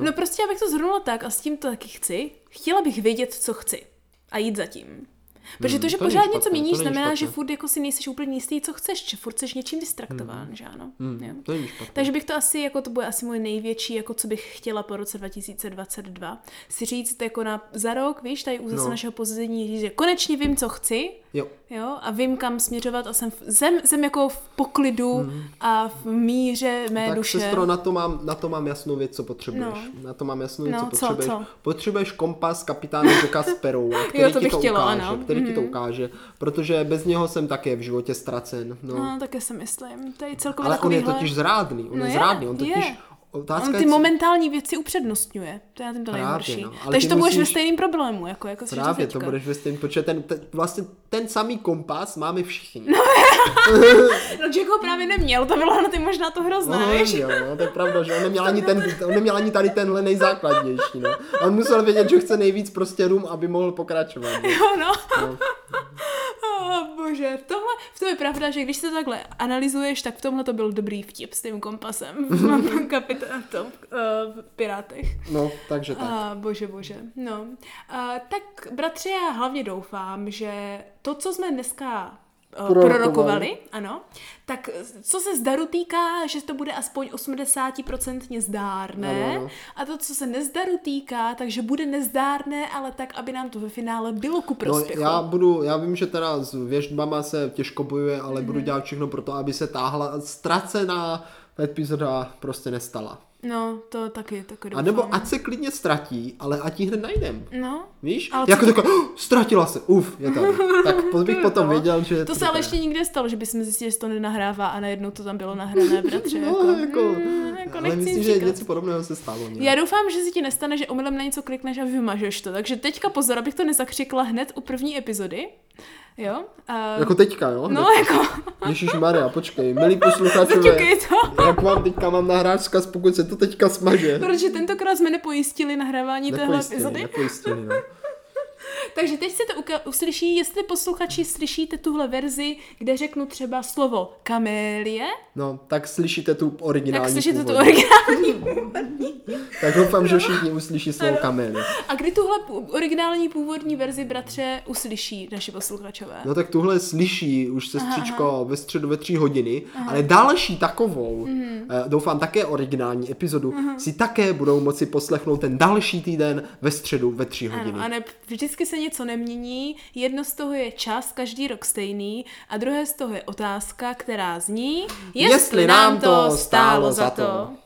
Speaker 2: No prostě, abych to zhrnula tak a s tím to taky chci. Chtěla bych vědět, co chci a jít za tím. Protože to, že
Speaker 1: Hmm, to není
Speaker 2: pořád
Speaker 1: špatné,
Speaker 2: něco
Speaker 1: to
Speaker 2: měníš,
Speaker 1: není
Speaker 2: znamená,
Speaker 1: špatné.
Speaker 2: že furt jako si nejsi úplně jistý, co chceš, že furt seš něčím distraktován, že ano? Jo.
Speaker 1: Hmm. To není špatné.
Speaker 2: Takže bych to asi, jako to bude asi můj největší, jako co bych chtěla po roce 2022, si říct jako na, za rok, víš, tady u zase
Speaker 1: No.
Speaker 2: našeho pozdění říct, že konečně vím, co chci,
Speaker 1: Jo.
Speaker 2: jo, a vím, kam směřovat a jsem, v, jsem, jsem jako v poklidu a v míře
Speaker 1: Hmm.
Speaker 2: mé
Speaker 1: No Tak
Speaker 2: duše.
Speaker 1: sestro, na to, mám, na to mám jasnou věc, co potřebuješ.
Speaker 2: No.
Speaker 1: Na to mám jasnou věc,
Speaker 2: No,
Speaker 1: co
Speaker 2: co,
Speaker 1: potřebuješ.
Speaker 2: co?
Speaker 1: Potřebuješ kompas kapitána Jacka Sparrow, který
Speaker 2: Jo, to
Speaker 1: ti
Speaker 2: bych
Speaker 1: to
Speaker 2: chtěla,
Speaker 1: ukáže.
Speaker 2: ano. Mhm.
Speaker 1: Který ti to ukáže, protože bez něho jsem také v životě ztracen. No.
Speaker 2: No, také si myslím. To je celkově
Speaker 1: Ale on je
Speaker 2: takovýhle-
Speaker 1: totiž zrádný, on
Speaker 2: No
Speaker 1: je
Speaker 2: je,
Speaker 1: zrádný, on
Speaker 2: je.
Speaker 1: totiž... Otázka
Speaker 2: On
Speaker 1: je,
Speaker 2: ty
Speaker 1: co-
Speaker 2: momentální věci upřednostňuje. To je na tom to
Speaker 1: Právě,
Speaker 2: nejhorší.
Speaker 1: no, ale
Speaker 2: Takže
Speaker 1: ty
Speaker 2: to budeš ve
Speaker 1: musíš-
Speaker 2: stejným problému, jako, jako což
Speaker 1: Právě, to
Speaker 2: teďka.
Speaker 1: budeš ve stejném, protože ten, ten, vlastně ten samý kompas máme všichni.
Speaker 2: No Jack ho právě neměl, to bylo na ty možná to hrozné,
Speaker 1: No,
Speaker 2: víš?
Speaker 1: jo, no, to je pravda, že on neměl, ani ten, on neměl ani tady tenhle nejzákladnější. No. On musel vědět, že chce nejvíc prostě rum, aby mohl pokračovat. No.
Speaker 2: Jo, no. Oh, bože, v tohle, v tom je pravda, že když se to takhle analyzuješ, tak v tomhle to byl dobrý vtip s tím kompasem v kapitán, v tom, eh, v Pirátech.
Speaker 1: no, takže tak.
Speaker 2: A bože, bože. No, a, tak bratře, já hlavně doufám, že to, co jsme dneska eh,
Speaker 1: Prorokovali.
Speaker 2: prorokovali, ano, tak eh, co se zdaru týká, že to bude aspoň 80% zdárné
Speaker 1: Ano, ano.
Speaker 2: a to, co se nezdaru týká, takže bude nezdárné, ale tak, aby nám to ve finále bylo ku prospěchu.
Speaker 1: No, já budu, já vím, že teda s věžbama se těžko bojuje, ale
Speaker 2: Mhm.
Speaker 1: budu dělat všechno pro to, aby se táhla ztracená epizoda prostě nestala.
Speaker 2: No, to taky, taky
Speaker 1: A
Speaker 2: doufám.
Speaker 1: nebo ať se klidně ztratí, ale ať ji hned najdem.
Speaker 2: No,
Speaker 1: Víš?
Speaker 2: Ale
Speaker 1: jako
Speaker 2: co-
Speaker 1: taková, "Oh, ztratila se, uf, je tady. Tak po- bych potom věděl, že... je
Speaker 2: to se
Speaker 1: tady.
Speaker 2: ale ještě nikde stalo, že bychom zjistili, že to nenahrává a najednou to tam bylo nahrané, bratře.
Speaker 1: No, jako,
Speaker 2: mm, jako
Speaker 1: ale
Speaker 2: nechci
Speaker 1: myslím,
Speaker 2: jim
Speaker 1: že
Speaker 2: říkat.
Speaker 1: něco podobného se stalo. Ne?
Speaker 2: Já doufám, že se ti nestane, že omylem na něco klikneš a vymažeš to. Takže teďka pozor, abych to nezakřikla hned u první epizody. Jo? A...
Speaker 1: Jako teďka, jo?
Speaker 2: No, jako,
Speaker 1: Ježíš Maria, počkej, milí posluchačové,
Speaker 2: zaťukej to.
Speaker 1: jak vám teďka mám nahrát zkaz, pokud se to teďka smaže.
Speaker 2: Protože tentokrát jsme nepojistili nahrávání
Speaker 1: Jako
Speaker 2: téhle
Speaker 1: Nepojistili,
Speaker 2: epizody.
Speaker 1: nepojistili, no.
Speaker 2: Takže teď se to uka- uslyší, jestli posluchači slyšíte tuhle verzi, kde řeknu třeba slovo kamélie,
Speaker 1: no. tak slyšíte tu originální
Speaker 2: tak slyšíte tu
Speaker 1: původní.
Speaker 2: originální
Speaker 1: Tak doufám, že všichni uslyší slovo kamely.
Speaker 2: A kdy tuhle pů- originální původní verzi, bratře, uslyší naši posluchačové?
Speaker 1: No tak tuhle slyší už sestřičko ve středu ve tři hodiny, ale další takovou,
Speaker 2: Mhm.
Speaker 1: eh, doufám také originální epizodu, si také budou moci poslechnout ten další týden ve středu ve tři hodiny.
Speaker 2: Ano, a ne, vždycky se něco nemění. Jedno z toho je čas, každý rok stejný, a druhé z toho je otázka, která zní,
Speaker 1: Jestli nám to stálo za to.